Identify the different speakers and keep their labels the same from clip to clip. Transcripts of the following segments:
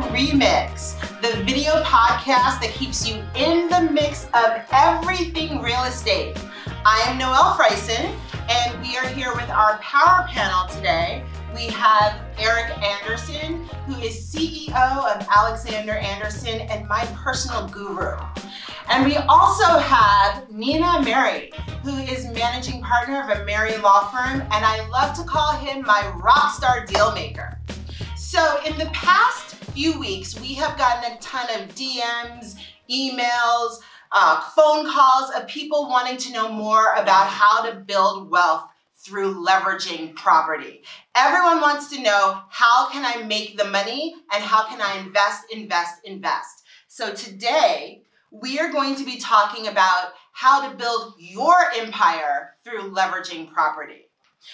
Speaker 1: Remix, the video podcast that keeps you in the mix of everything real estate. I am Noelle Freisen, and we are here with our power panel today. We have Eric Anderson, who is CEO of Alexander Anderson and my personal guru. And we also have Nina Mary, who is managing partner of a Mary law firm, and I love to call him my rock star deal maker. So, in the past few weeks, we have gotten a ton of DMs, emails, uh, phone calls of people wanting to know more about how to build wealth through leveraging property. Everyone wants to know how can I make the money and how can I invest, invest, invest. So, today, we are going to be talking about how to build your empire through leveraging property,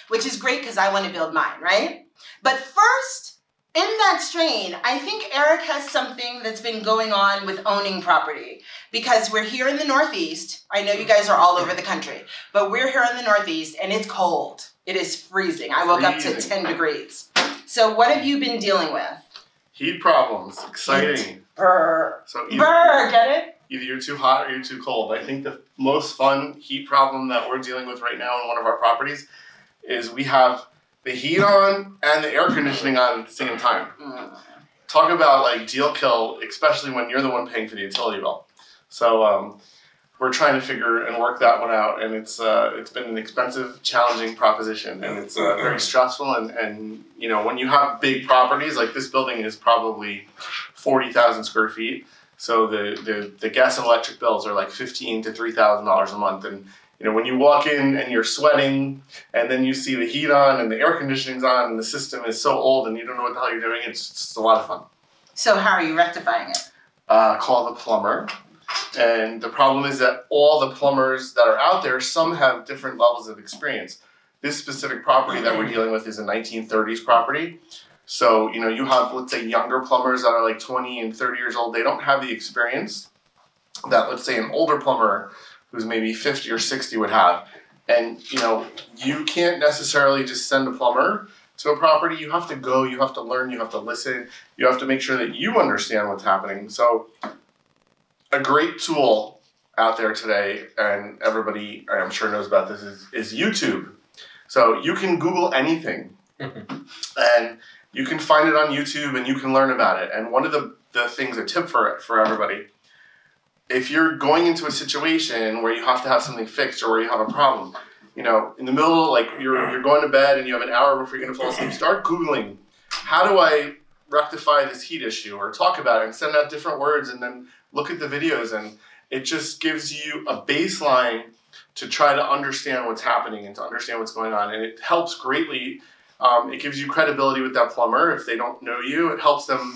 Speaker 1: which is great because I want to build mine, right? But first, in that strain, I think Eric has something that's been going on with owning property because we're here in the Northeast. I know you guys are all over the country, but we're here in the Northeast and it's cold. It is freezing. I woke up to
Speaker 2: Freezing.
Speaker 1: 10 degrees. So, what have you been dealing with?
Speaker 2: Heat problems. Exciting.
Speaker 1: Brr.
Speaker 2: So either,
Speaker 1: Brr, get it?
Speaker 2: either you're too hot or you're too cold. I think the most fun heat problem that we're dealing with right now in one of our properties is we have the heat on and the air conditioning on at the same time.
Speaker 1: Mm.
Speaker 2: Talk about like deal kill, especially when you're the one paying for the utility bill. So um, we're trying to figure and work that one out, and it's uh, it's been an expensive, challenging proposition, and it's uh, very stressful. And, and you know when you have big properties like this building is probably forty thousand square feet, so the, the the gas and electric bills are like fifteen to three thousand dollars a month, and you know when you walk in and you're sweating, and then you see the heat on and the air conditioning's on, and the system is so old, and you don't know what the hell you're doing. It's just a lot of fun
Speaker 1: So, how are you rectifying it?
Speaker 2: uh, call the plumber. And the problem is that all the plumbers that are out there, some have different levels of experience. This specific property that we're dealing with is a 1930s property. So, you know, you have, let's say, younger plumbers that are like 20 and 30 years old. They don't have the experience that, let's say, an older plumber who's maybe 50 or 60 would have. And, you know, you can't necessarily just send a plumber to a property. You have to go, you have to learn, you have to listen, you have to make sure that you understand what's happening. So, a great tool out there today, and everybody I'm sure knows about this, is, is YouTube. So, you can Google anything and you can find it on YouTube and you can learn about it. And one of the, the things, a tip for, for everybody, if you're going into a situation where you have to have something fixed or where you have a problem, you know, in the middle, like you're, you're going to bed and you have an hour before you're going to fall asleep, start Googling how do I rectify this heat issue or talk about it and send out different words and then look at the videos and it just gives you a baseline to try to understand what's happening and to understand what's going on and it helps greatly um, it gives you credibility with that plumber if they don't know you it helps them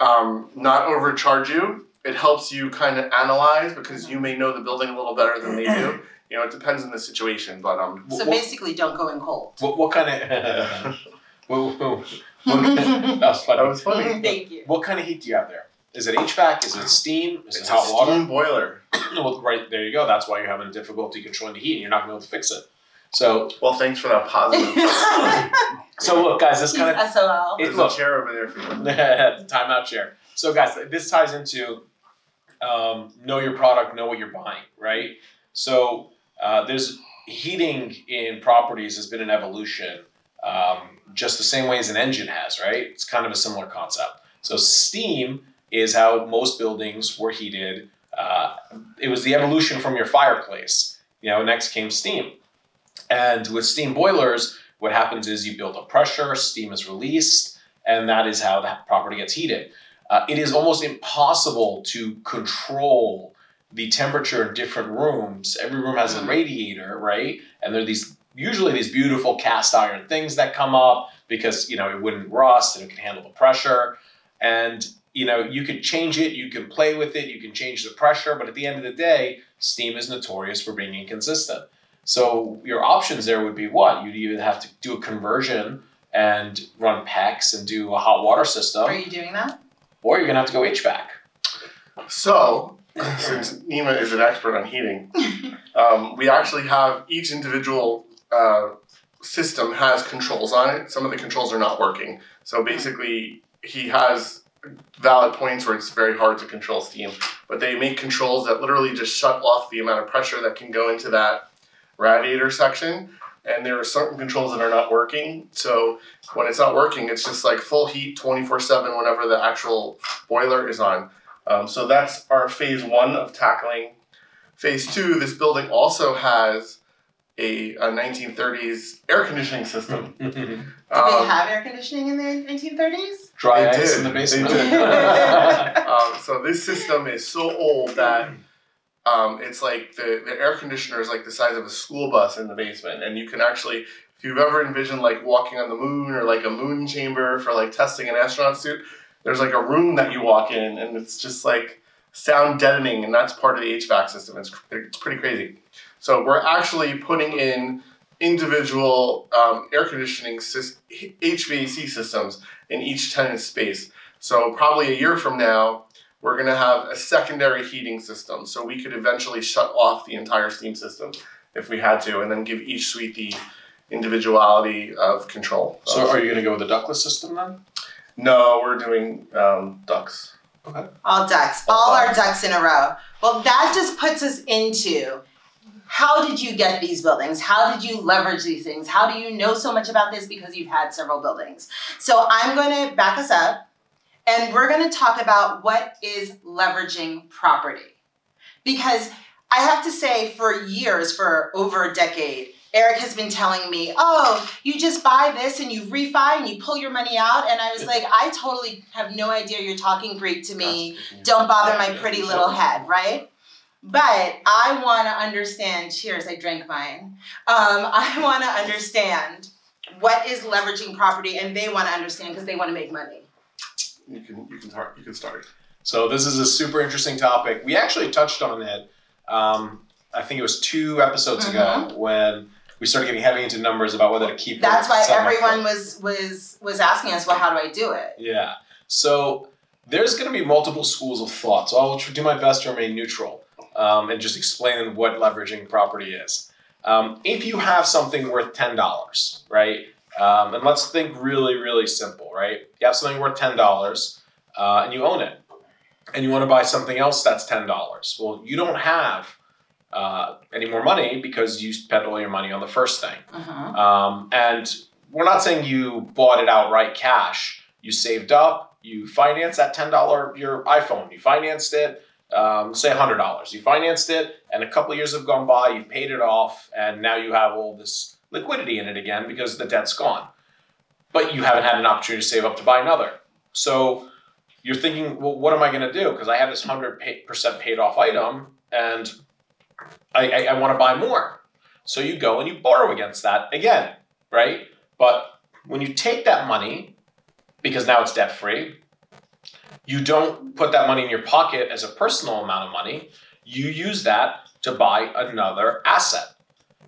Speaker 2: um, not overcharge you it helps you kind of analyze because you may know the building a little better than they do you know it depends on the situation but um
Speaker 1: So, basically, don't go in cold.
Speaker 3: What, what kind of? what, what, what kind of- that was funny.
Speaker 2: that was funny
Speaker 1: Thank you.
Speaker 3: What kind of heat do you have there? Is it HVAC? Is it steam? Is
Speaker 2: it's
Speaker 3: it
Speaker 2: a
Speaker 3: hot water?
Speaker 2: steam boiler
Speaker 3: well, right there you go. That's why you're having a difficulty controlling the heat, and you're not going to be able to fix it. So,
Speaker 2: well thanks for that positive
Speaker 3: so look, guys, this
Speaker 1: He's
Speaker 3: kind of
Speaker 1: SOL.
Speaker 3: It-
Speaker 2: There's
Speaker 3: look.
Speaker 2: a chair over there for you.
Speaker 3: timeout chair. So, guys, this ties into um, know your product, know what you're buying, right? So, uh, there's heating in properties has been an evolution, um, just the same way as an engine has, right? It's kind of a similar concept. So, steam is how most buildings were heated. Uh, it was the evolution from your fireplace. You know, next came steam, and with steam boilers, what happens is you build up pressure, steam is released and that is how that property gets heated. Uh, it is almost impossible to control the temperature in different rooms. Every room has a
Speaker 1: Mhm.
Speaker 3: radiator, right? And there are these usually these beautiful cast iron things that come up because you know it wouldn't rust and it can handle the pressure. And you know you could change it, you can play with it, you can change the pressure, but at the end of the day, steam is notorious for being inconsistent. So your options there would be what you'd either have to do a conversion and run PEX and do a hot water
Speaker 1: Are
Speaker 3: system,
Speaker 1: you doing that?
Speaker 3: or you're gonna have to go HVAC.
Speaker 2: So, since Nima is an expert on heating, um, we actually have each individual uh, system has controls on it. Some of the controls are not working. So basically, he has valid points where it's very hard to control steam, but they make controls that literally just shut off the amount of pressure that can go into that radiator section. And there are certain controls that are not working. So when it's not working, it's just like full heat 24 7 whenever the actual boiler is on. Um, so that's our phase one of tackling. Phase two, this building also has a, a 1930s air conditioning system.
Speaker 1: Did they
Speaker 2: Um,
Speaker 1: have air conditioning in the 1930s?
Speaker 3: Dry
Speaker 2: They
Speaker 3: ice
Speaker 2: did.
Speaker 3: in the
Speaker 2: They
Speaker 3: basement.
Speaker 1: did.
Speaker 2: Um, so this system is so old that um, it's like the, the air conditioner is like the size of a school bus in the basement, and you can actually, if you've ever envisioned like walking on the moon or like a moon chamber for like testing an astronaut suit, there's like a room that you walk in, and it's just like sound deadening, and that's part of the HVAC system. It's it's pretty crazy. So we're actually putting in individual um, air conditioning sys- HVAC systems in each tenant's space. So probably a year from now, we're going to have a secondary heating system. So we could eventually shut off the entire steam system if we had to, and then give each suite the individuality of control.
Speaker 3: so are you going to go with the ductless system then?
Speaker 2: no, we're doing um, ducks.
Speaker 1: All ducks. All our ducks in a row. Well, that just puts us into how did you get these buildings? How did you leverage these things? How do you know so much about this because you've had several buildings? So I'm going to back us up and we're going to talk about what is leveraging property. Because I have to say, for years, for over a decade, Eric has been telling me, oh, you just buy this and you refi and you pull your money out. And I was like, I totally have no idea you're talking Greek to me don't bother my pretty little head, right? But I want to understand. Cheers, I drank mine. Um, I want to understand what is leveraging property, and they want to understand because they want to make money.
Speaker 2: You can you can start. You can start.
Speaker 3: So this is a super interesting topic. We actually touched on it. Um, I think it was two episodes ago when we started getting heavy into numbers about whether to keep. or
Speaker 1: Mm-hmm. That's why
Speaker 3: sell my
Speaker 1: everyone
Speaker 3: phone.
Speaker 1: was was was asking us, well, how do I do it?
Speaker 3: Yeah. So there's going to be multiple schools of thought. So I'll tr- do my best to remain neutral um, and just explain what leveraging property is. Um, if you have something worth ten dollars, right? Um, and let's think really, really simple, right? You have something worth ten dollars uh, and you own it, and you want to buy something else that's ten dollars. Well, you don't have uh, any more money because you spent all your money on the first thing.
Speaker 1: Mhm.
Speaker 3: Um, and we're not saying you bought it outright cash. You saved up, you financed that ten dollar your iPhone, you financed it, um, say hundred dollars. You financed it, and a couple years have gone by. You've paid it off, and now you have all this liquidity in it again because the debt's gone. But you haven't had an opportunity to save up to buy another. So you're thinking, well, what am I going to do? Because I have this hundred percent paid off item, and I, I, I want to buy more. So you go and you borrow against that again, right? But when you take that money, because now it's debt free, you don't put that money in your pocket as a personal amount of money. You use that to buy another asset.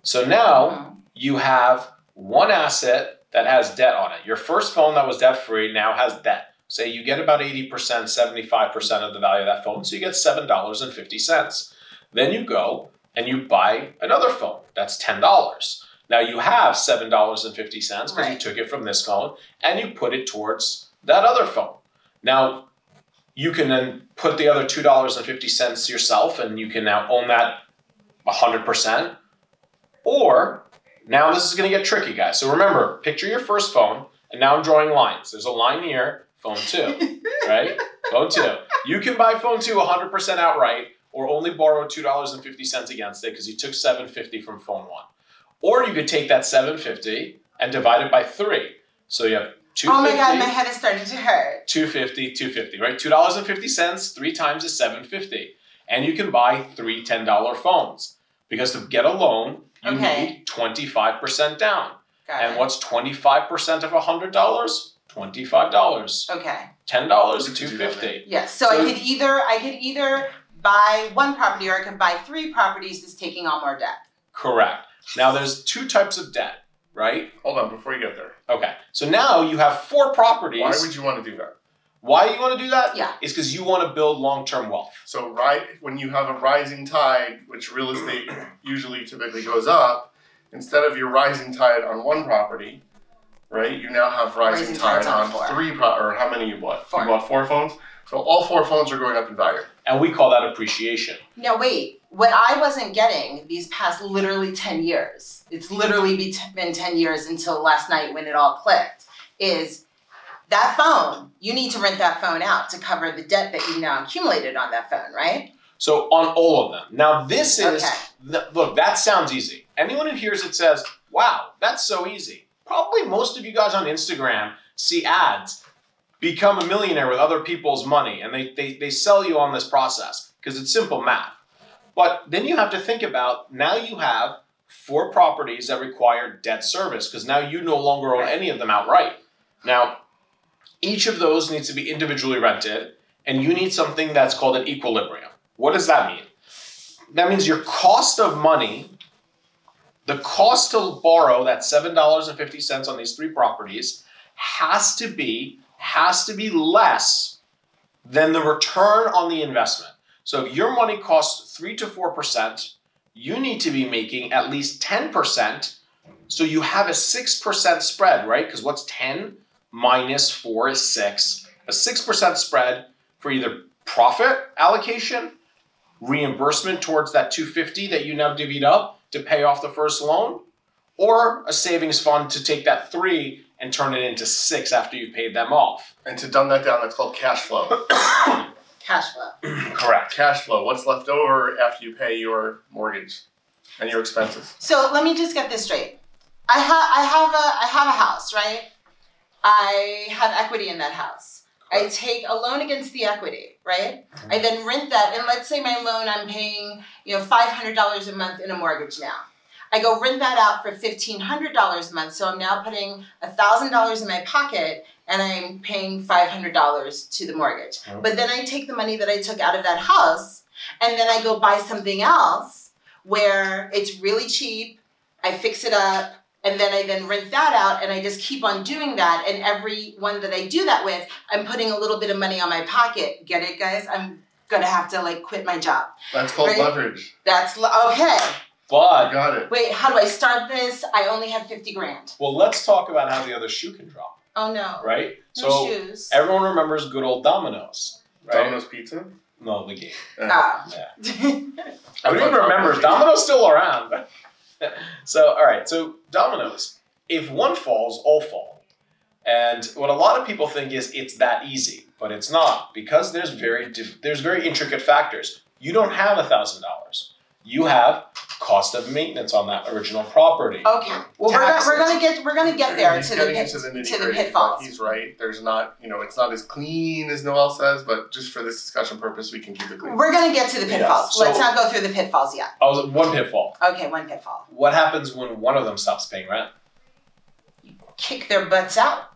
Speaker 3: So now
Speaker 1: Mhm.
Speaker 3: you have one asset that has debt on it. Your first phone that was debt free now has debt. Say you get about 80%, 75% of the value of that phone, so you get $7.50. Then you go and you buy another phone that's $10. Now you have $7.50 because you
Speaker 1: Right.
Speaker 3: took it from this phone and you put it towards that other phone. Now you can then put the other $2.50 yourself and you can now own that 100%. Or now this is going to get tricky, guys. So remember, picture your first phone, and now I'm drawing lines. There's a line here, phone two, right? Phone two. You can buy phone two 100% outright, or only borrow two dollars and fifty cents against it because you took 750 from phone one. Or you could take that 750 and divide it by three. So you have two.
Speaker 1: Oh my God, my head is starting to hurt.
Speaker 3: 250 250 right $2.50 three times is 750 and you can buy three $10 phones because to get a loan you
Speaker 1: Okay.
Speaker 3: need 25% down
Speaker 1: Got
Speaker 3: and
Speaker 1: it.
Speaker 3: what's 25% of $100 $25
Speaker 1: Okay.
Speaker 3: $10
Speaker 2: We
Speaker 3: is
Speaker 2: could do that,
Speaker 3: 250
Speaker 1: Yes. So, I
Speaker 3: So-
Speaker 1: could either I could either buy one property or I could buy three properties, just taking on more debt.
Speaker 3: correct now there's two types of debt right
Speaker 2: Hold on before you get there.
Speaker 3: okay so now you have four properties
Speaker 2: Why would you want to do that?
Speaker 3: Why you want to do that
Speaker 1: Yeah.
Speaker 3: is because you want to build long-term wealth
Speaker 2: So right when you have a rising tide, which real estate usually typically goes up, instead of your rising tide on one property, right? You now have rising,
Speaker 1: Rising
Speaker 2: tide
Speaker 1: tides on
Speaker 2: on
Speaker 1: four.
Speaker 2: three pro- or how many you bought?
Speaker 1: Four.
Speaker 2: You bought four phones. So all four phones are going up in value.
Speaker 3: And we call that appreciation.
Speaker 1: Now wait, what I wasn't getting these past literally 10 years, it's literally be t- been 10 years until last night when it all clicked, is that phone, you need to rent that phone out to cover the debt that you now accumulated on that phone, right?
Speaker 3: So on all of them. Now this is
Speaker 1: Okay.
Speaker 3: th- look. That sounds easy. Anyone who hears it says, "Wow, that's so easy." Probably most of you guys on Instagram see ads, become a millionaire with other people's money, and they they, they sell you on this process because it's simple math. But then you have to think about now you have four properties that require debt service because now you no longer own any of them outright. Now, each of those needs to be individually rented, and you need something that's called an equilibrium. What does that mean? That means your cost of money, the cost to borrow that $7.50 on these three properties has to be has to be less than the return on the investment. So if your money costs 3 to 4%, you need to be making at least 10%. So you have a 6% spread, right? Cuz what's 10 minus 4 is 6. A 6% spread for either profit allocation reimbursement towards that 250 that you now divvied up to pay off the first loan or a savings fund to take that three and turn it into six after you've paid them off
Speaker 2: And to dumb that down, that's called cash flow.
Speaker 1: Cash flow.
Speaker 3: correct
Speaker 2: cash flow. What's left over after you pay your mortgage and your expenses?
Speaker 1: So let me just get this straight. I have I have a I have a house, right? I have equity in that house. I take a loan against the equity, right? I then rent that, and let's say my loan I'm paying, you know, five hundred dollars a month in a mortgage now. I go rent that out for fifteen hundred dollars a month, so I'm now putting thousand dollars in my pocket, and I'm paying five hundred dollars to the mortgage.
Speaker 3: Mhm.
Speaker 1: But then I take the money that I took out of that house, and then I go buy something else where it's really cheap. I fix it up, and then I then rent that out, and I just keep on doing that. And every one that I do that with, I'm putting a little bit of money on my pocket. Get it, guys? I'm gonna have to like quit my job.
Speaker 2: That's called
Speaker 1: Right.
Speaker 2: leverage.
Speaker 1: That's l- okay.
Speaker 2: I
Speaker 3: but
Speaker 2: got it.
Speaker 1: Wait, how do I start this? I only have fifty grand.
Speaker 3: well let's talk about how the other shoe can drop
Speaker 1: Oh no.
Speaker 3: right
Speaker 1: No
Speaker 3: so
Speaker 1: shoes.
Speaker 3: everyone remembers good old dominoes right
Speaker 2: Domino's Pizza.
Speaker 3: no the game
Speaker 1: Ah.
Speaker 2: I
Speaker 3: I don't even
Speaker 2: thought
Speaker 3: remember.
Speaker 2: Domino's
Speaker 3: if Domino's still around. so, all right. So, Domino's. If one falls, all fall. And what a lot of people think is it's that easy, but it's not because there's very diff- there's very intricate factors. You don't have a thousand dollars. You have cost of maintenance on that original property.
Speaker 1: okay. Oh, Well, we're gonna, we're
Speaker 3: Taxes.
Speaker 1: gonna get we're gonna get there
Speaker 2: He's
Speaker 1: to the
Speaker 2: getting
Speaker 1: pit,
Speaker 2: into the
Speaker 1: to the
Speaker 2: nitty-gritty, but
Speaker 1: pitfalls.
Speaker 2: He's right. There's not, you know, it's not as clean as Noel says, but just for this discussion purpose, we can keep it clean.
Speaker 1: We're gonna get to the
Speaker 3: Yeah,
Speaker 1: pitfalls.
Speaker 3: so-
Speaker 1: Let's not go through the pitfalls yet.
Speaker 3: I was Oh, one pitfall.
Speaker 1: Okay, one pitfall.
Speaker 3: What happens when one of them stops paying rent,
Speaker 1: Kick their butts out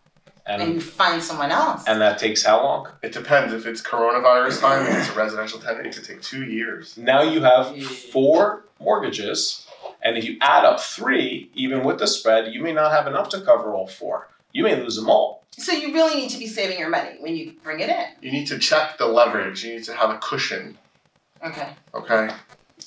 Speaker 1: and
Speaker 3: and
Speaker 1: you find someone else.
Speaker 3: and that takes how long?
Speaker 2: It depends. If it's coronavirus time and it's a residential tenant, it could take two years.
Speaker 3: Now you have
Speaker 1: Yeah.
Speaker 3: four mortgages, and if you add up three, even with the spread, you may not have enough to cover all four. You may lose them all.
Speaker 1: so you really need to be saving your money when you bring it in.
Speaker 2: You need to check the leverage. You need to have a cushion.
Speaker 1: Okay.
Speaker 2: Okay.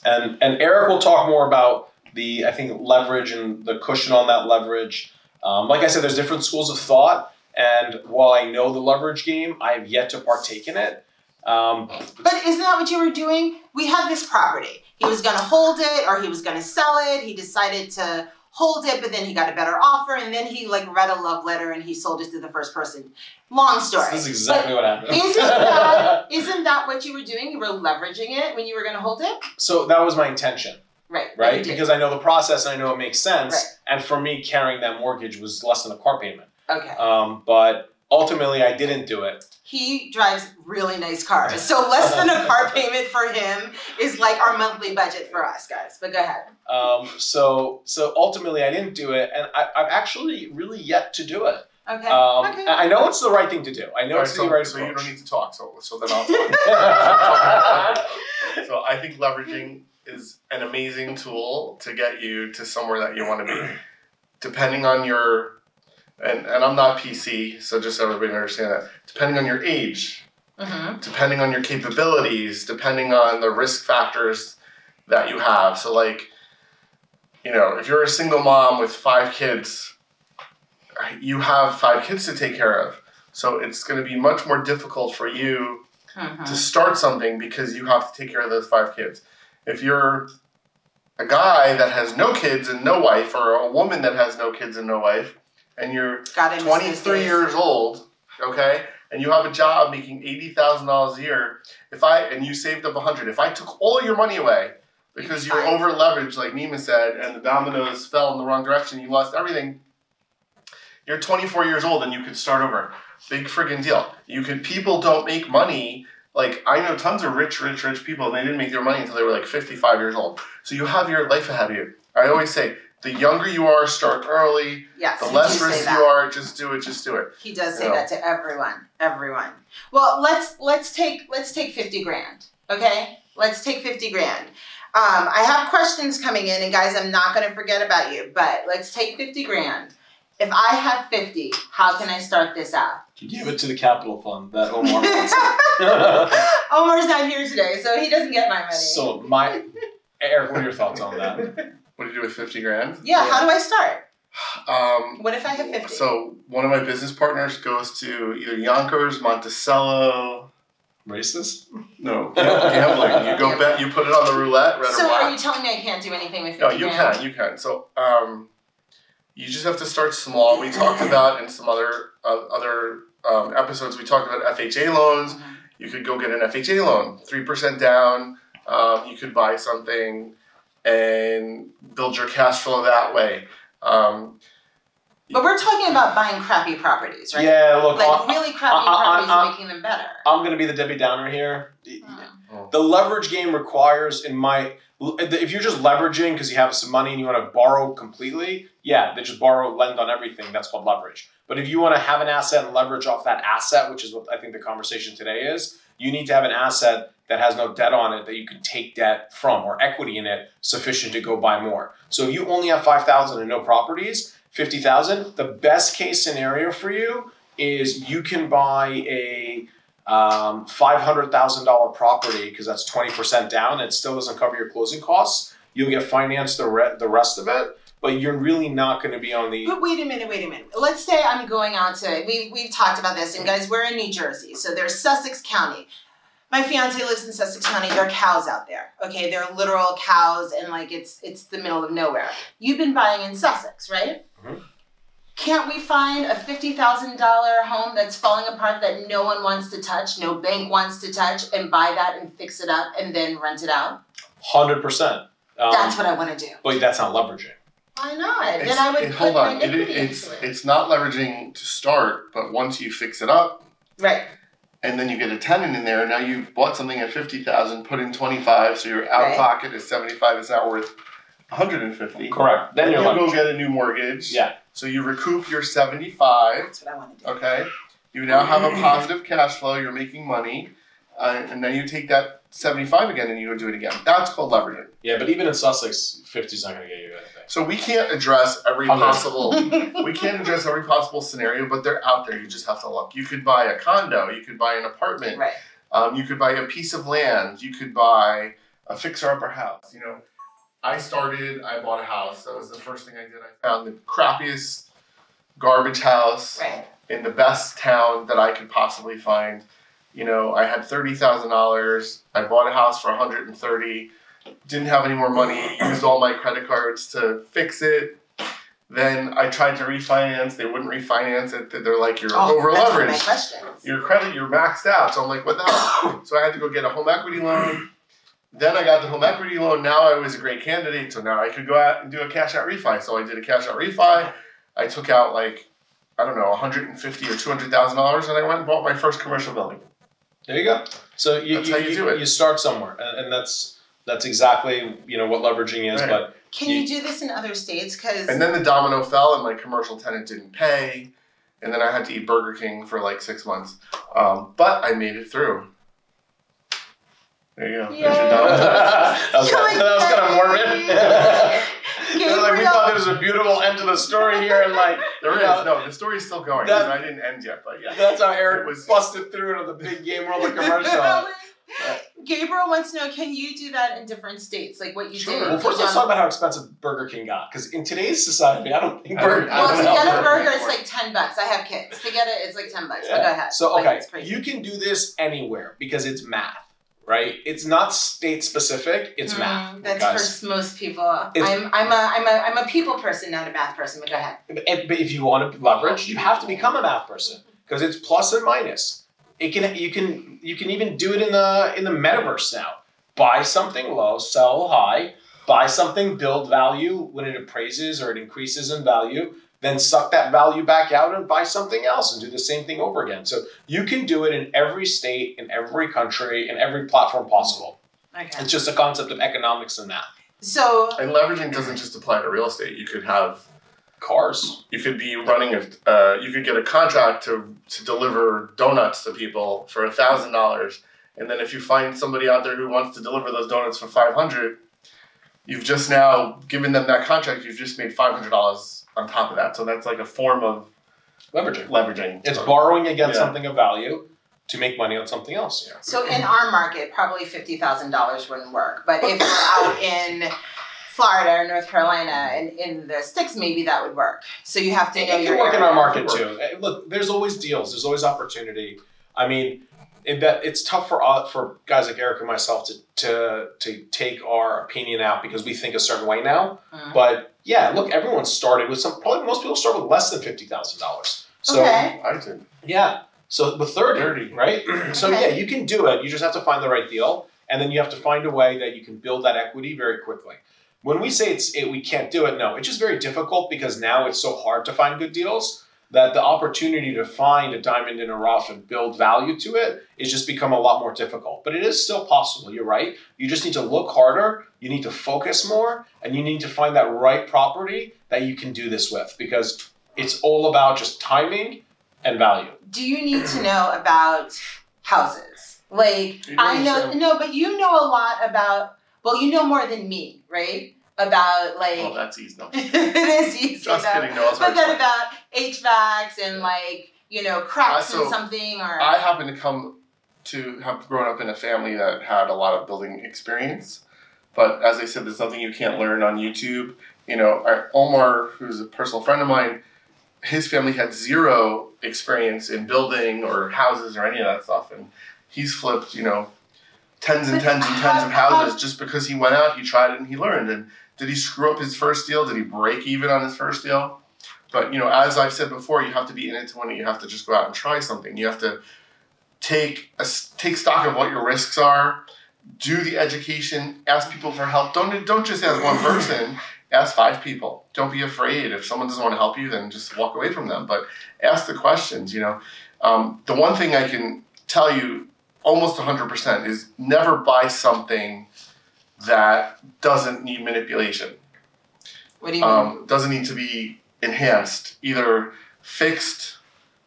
Speaker 3: And and Eric will talk more about the I think leverage and the cushion on that leverage. Um, like I said, there's different schools of thought, and while I know the leverage game, I have yet to partake in it. Um,
Speaker 1: But isn't that what you were doing? We had this property. He was gonna hold it or he was gonna sell it. He decided to hold it, but then he got a better offer, and then he like read a love letter and he sold it to the first person. Long story.
Speaker 3: this is exactly what happened.
Speaker 1: Isn't that isn't that what you were doing? You were leveraging it when you were going to hold it,
Speaker 3: so that was my intention.
Speaker 1: right?
Speaker 3: right?
Speaker 1: You did.
Speaker 3: Because I know the process and I know it makes sense.
Speaker 1: Right.
Speaker 3: And for me, carrying that mortgage was less than a car payment.
Speaker 1: okay,
Speaker 3: Um, but ultimately, I didn't do it.
Speaker 1: he drives really nice cars, so less than a car payment for him is like our monthly budget for us guys. But go ahead.
Speaker 3: Um, so so ultimately, I didn't do it, and I, I've actually really yet to do it.
Speaker 1: Okay.
Speaker 3: Um,
Speaker 1: Okay.
Speaker 3: I I know it's the right thing to do. I know
Speaker 2: All right,
Speaker 3: it's the
Speaker 2: so,
Speaker 3: right
Speaker 2: so you don't
Speaker 3: approach.
Speaker 2: need to talk. So, so then I'll talk. so I think leveraging is an amazing tool to get you to somewhere that you want to be. Depending on your, and, and I'm not PC, so just so everybody understand that. Depending on your age,
Speaker 1: Mhm.
Speaker 2: depending on your capabilities, depending on the risk factors that you have. So, like, you know, if you're a single mom with five kids, you have five kids to take care of. So it's going to be much more difficult for you to
Speaker 1: Mhm.
Speaker 2: start something because you have to take care of those five kids. If you're a guy that has no kids and no wife, or a woman that has no kids and no wife, and you're
Speaker 1: God, I miss those
Speaker 2: 23
Speaker 1: days.
Speaker 2: years old, okay, and you have a job making eighty thousand dollars a year, if I and you saved up a hundred, if I took all your money away because
Speaker 1: You'd
Speaker 2: you're
Speaker 1: be fine.
Speaker 2: over leveraged, like Nima said, and the dominoes fell in the wrong direction, you lost everything. You're 24 years old and you could start over. Big friggin' deal. You could. People don't make money. Like I know tons of rich, rich, rich people, and they didn't make their money until they were like 55 years old. So you have your life ahead of you. I always say, the younger you are, start early.
Speaker 1: Yes,
Speaker 2: The
Speaker 1: he
Speaker 2: less
Speaker 1: does say
Speaker 2: risk
Speaker 1: that.
Speaker 2: you are, just do it, just do it.
Speaker 1: He does say
Speaker 2: you know.
Speaker 1: that to everyone. Everyone. Well, let's let's take let's take fifty grand. Okay, let's take fifty grand. Um, I have questions coming in, and guys, I'm not going to forget about you. But let's take fifty grand. If I have fifty, how can I start this out?
Speaker 3: Give it to the capital fund that Omar wants.
Speaker 1: Omar's not here today, so he doesn't get my money.
Speaker 3: so my Eric, what are your thoughts on that?
Speaker 2: What do you do with 50 grand?
Speaker 1: yeah, how do I start?
Speaker 2: Um,
Speaker 1: What if I have fifty?
Speaker 2: so one of my business partners goes to either Yonkers, Monticello.
Speaker 3: Racist?
Speaker 2: No, gambling. You go bet. You put it on the roulette, red
Speaker 1: So
Speaker 2: or
Speaker 1: are
Speaker 2: black.
Speaker 1: you telling me I can't do anything with fifty
Speaker 2: No, you
Speaker 1: grand?
Speaker 2: can. You can. So um, you just have to start small. We talked about in some other uh, other um, episodes. We talked about FHA loans.
Speaker 1: Mhm.
Speaker 2: You could go get an FHA loan, three percent down. Um, you could buy something and build your cash flow that way. Um,
Speaker 1: But we're talking about buying crappy properties, right?
Speaker 3: Yeah, look,
Speaker 1: Like
Speaker 3: I,
Speaker 1: really crappy
Speaker 3: I- I-
Speaker 1: properties,
Speaker 3: I-
Speaker 1: making them better.
Speaker 3: I'm going to be the Debbie Downer here.
Speaker 1: Mm.
Speaker 3: The leverage game requires, in my, if you're just leveraging because you have some money and you want to borrow completely, yeah, they just borrow, lend on everything. That's called leverage. But if you want to have an asset and leverage off that asset, which is what I think the conversation today is, you need to have an asset that has no debt on it that you can take debt from or equity in it sufficient to go buy more. So if you only have 5,000 and no properties, 50,000, the best case scenario for you is you can buy a um, $500,000 property because that's 20% down. It still doesn't cover your closing costs. You'll get financed the, re- the rest of it, but you're really not going to be on the.
Speaker 1: But wait a minute, wait a minute. Let's say I'm going out to we we've talked about this, and guys, we're in New Jersey, so there's Sussex County. My fiance lives in Sussex County. There are cows out there. Okay, they're literal cows, and like it's it's the middle of nowhere. You've been buying in Sussex, right?
Speaker 2: Mm-hmm.
Speaker 3: Mhm.
Speaker 1: Can't we find a fifty thousand dollar home that's falling apart that no one wants to touch, no bank wants to touch, and buy that and fix it up and then rent it out?
Speaker 3: Hundred percent. Um,
Speaker 1: That's what I want to do.
Speaker 3: But that's not leveraging.
Speaker 1: Why not?
Speaker 2: Um, It's-
Speaker 1: then I would
Speaker 2: it-
Speaker 1: put
Speaker 2: hold
Speaker 1: my
Speaker 2: on. It-
Speaker 1: equity
Speaker 2: it's
Speaker 1: into it.
Speaker 2: it's not leveraging to start, but once you fix it up
Speaker 1: Right.
Speaker 2: and then you get a tenant in there, now you've bought something at fifty thousand, put in twenty five, so your out
Speaker 1: Right.
Speaker 2: pocket is seventy five. It's now worth one hundred and fifty.
Speaker 3: Correct. Then
Speaker 2: you
Speaker 3: you're
Speaker 2: go
Speaker 3: leveraging.
Speaker 2: get a new mortgage.
Speaker 3: Yeah.
Speaker 2: So you recoup your seventy five.
Speaker 1: That's what I want to do.
Speaker 2: Okay. You now have a positive cash flow. You're making money, uh, and then you take that seventy five again and you go do it again. That's called leveraging.
Speaker 3: Yeah, but even in Sussex, 50's not going to get you anything.
Speaker 2: So we can't address every
Speaker 3: Hundred.
Speaker 2: possible. we can't address every possible scenario, but they're out there. You just have to look. You could buy a condo. You could buy an apartment.
Speaker 1: Right.
Speaker 2: Um, you could buy a piece of land. You could buy a fixer-upper house. You know, I started. I bought a house. That was the first thing I did. I found the crappiest garbage house
Speaker 1: Right.
Speaker 2: in the best town that I could possibly find. You know, I had thirty thousand dollars. I bought a house for one hundred and thirty. Didn't have any more money. Used all my credit cards to fix it. Then I tried to refinance. They wouldn't refinance it. They're like, you're over
Speaker 1: Oh, that's one of my
Speaker 2: leveraged.
Speaker 1: questions.
Speaker 2: Your credit, you're maxed out. So I'm like, what the hell? so I had to go get a home equity loan. Then I got the home equity loan. Now I was a great candidate. So now I could go out and do a cash out refi. So I did a cash out refi. I took out like I don't know, 150 or 200 thousand dollars, and I went and bought my first commercial building.
Speaker 3: There you go. So you,
Speaker 2: That's
Speaker 3: you,
Speaker 2: how you do it.
Speaker 3: you start somewhere, and, and that's that's exactly you know what leveraging is.
Speaker 2: Right.
Speaker 3: But
Speaker 1: Can
Speaker 3: You-
Speaker 1: you, do this in other states? Because
Speaker 2: And then the domino fell, and my commercial tenant didn't pay, and then I had to eat Burger King for like six months. Um, but I made it through. There you go. There's your
Speaker 1: Yay.
Speaker 2: domino.
Speaker 3: that was,
Speaker 1: You're like,
Speaker 3: kinda- that was kind of morbid.
Speaker 1: Gabriel.
Speaker 3: like we thought there was a beautiful end to the story here, and like
Speaker 2: There
Speaker 3: you know,
Speaker 2: is no. The story's still going.
Speaker 3: That-
Speaker 2: I didn't end yet, but yeah.
Speaker 3: That's how Eric
Speaker 2: It was-
Speaker 3: busted through into the big game world of commercial.
Speaker 1: Gabriel Gabriel wants to know: Can you do that in different states, like what you
Speaker 2: Sure.
Speaker 1: did?
Speaker 3: Well, first let's talk about how expensive Burger King got, because in today's society, I don't think
Speaker 2: I don't-
Speaker 3: Burger
Speaker 2: I
Speaker 1: well,
Speaker 2: don't
Speaker 1: to
Speaker 2: know.
Speaker 1: get a burger,
Speaker 2: Burger
Speaker 1: it's like ten bucks. I have kids. To get it, it's like ten bucks. But go
Speaker 3: Yeah.
Speaker 1: ahead.
Speaker 3: So
Speaker 1: Like,
Speaker 3: okay,
Speaker 1: it's crazy.
Speaker 3: you can do this anywhere because it's math, right? It's not state specific. It's
Speaker 1: Mm,
Speaker 3: math,
Speaker 1: That's
Speaker 3: guys.
Speaker 1: for most people.
Speaker 3: It's-
Speaker 1: I'm I'm a I'm a I'm a people person, not a math person. But go ahead.
Speaker 3: But if- but if you want to leverage, you have to become a math person because it's plus and minus. It can you can you can even do it in the in the metaverse now. Buy something low, sell high. Buy something, build value when it appraises or it increases in value. Then suck that value back out and buy something else and do the same thing over again. So you can do it in every state, in every country, in every platform possible.
Speaker 1: Okay.
Speaker 3: It's just a concept of economics and math.
Speaker 1: So
Speaker 2: And leveraging doesn't just apply to real estate. You could have,
Speaker 3: Cars.
Speaker 2: you could be running a, uh, you could get a contract to, to deliver donuts to people for a thousand dollars, and then if you find somebody out there who wants to deliver those donuts for five hundred, you've just now given them that contract. You've just made five hundred dollars on top of that. So that's like a form of
Speaker 3: Leveraging.
Speaker 2: leveraging.
Speaker 3: It's borrowing against
Speaker 2: Yeah.
Speaker 3: something of value to make money on something else.
Speaker 2: Yeah.
Speaker 1: So in our market, probably fifty thousand dollars wouldn't work. But if we're out in Florida or North Carolina and in the sticks, maybe that would work. So you have to
Speaker 3: It
Speaker 1: know
Speaker 3: can
Speaker 1: your
Speaker 3: work in
Speaker 1: area.
Speaker 3: our market too. Eh, Look, there's always deals. There's always opportunity. I mean, it, that it's tough for uh, for guys like Eric and myself to to to take our opinion out because we think a certain way now.
Speaker 1: Mhm.
Speaker 3: But yeah, look, everyone started with some. Probably most people start with less than fifty thousand dollars. So
Speaker 1: okay.
Speaker 2: I did.
Speaker 3: yeah, so with thirty,
Speaker 2: Thirty.
Speaker 3: right? so
Speaker 1: Okay.
Speaker 3: yeah, you can do it. You just have to find the right deal, and then you have to find a way that you can build that equity very quickly. When we say it's it, we can't do it, no, it's just very difficult because now it's so hard to find good deals that the opportunity to find a diamond in a rough and build value to it is just become a lot more difficult. But it is still possible. You're right. You just need to look harder. You need to focus more, and you need to find that right property that you can do this with because it's all about just timing and value.
Speaker 1: Do you need to know about houses? Like
Speaker 2: You know
Speaker 1: I know
Speaker 2: yourself.
Speaker 1: no, but you know a lot about well, you know more than me, right? About like
Speaker 2: Well, oh, that's easy. No.
Speaker 1: it is easy.
Speaker 2: Just
Speaker 1: though.
Speaker 2: kidding. No, it's
Speaker 1: But
Speaker 2: hard.
Speaker 1: then about HVACs and like, you know, cracks
Speaker 2: Uh,
Speaker 1: in
Speaker 2: so
Speaker 1: something or
Speaker 2: I happen to come to have grown up in a family that had a lot of building experience. But as I said, there's something you can't learn on YouTube. You know, I- Omar, who's a personal friend of mine, his family had zero experience in building or houses or any of that stuff. And he's flipped, you know, tens and
Speaker 1: But
Speaker 2: tens and tens of
Speaker 1: how- how-
Speaker 2: houses just because he went out, he tried it, and he learned. And did he screw up his first deal? Did he break even on his first deal? But you know, as I've said before, you have to be in it to win it. You have to just go out and try something. You have to take a s take stock of what your risks are. Do the education. Ask people for help. Don't don't just ask one person. Ask five people. Don't be afraid. If someone doesn't want to help you, then just walk away from them. But ask the questions. You know, um, the one thing I can tell you almost 100% is never buy something that doesn't need manipulation
Speaker 1: what do you mean?
Speaker 2: um, doesn't need to be enhanced, either fixed,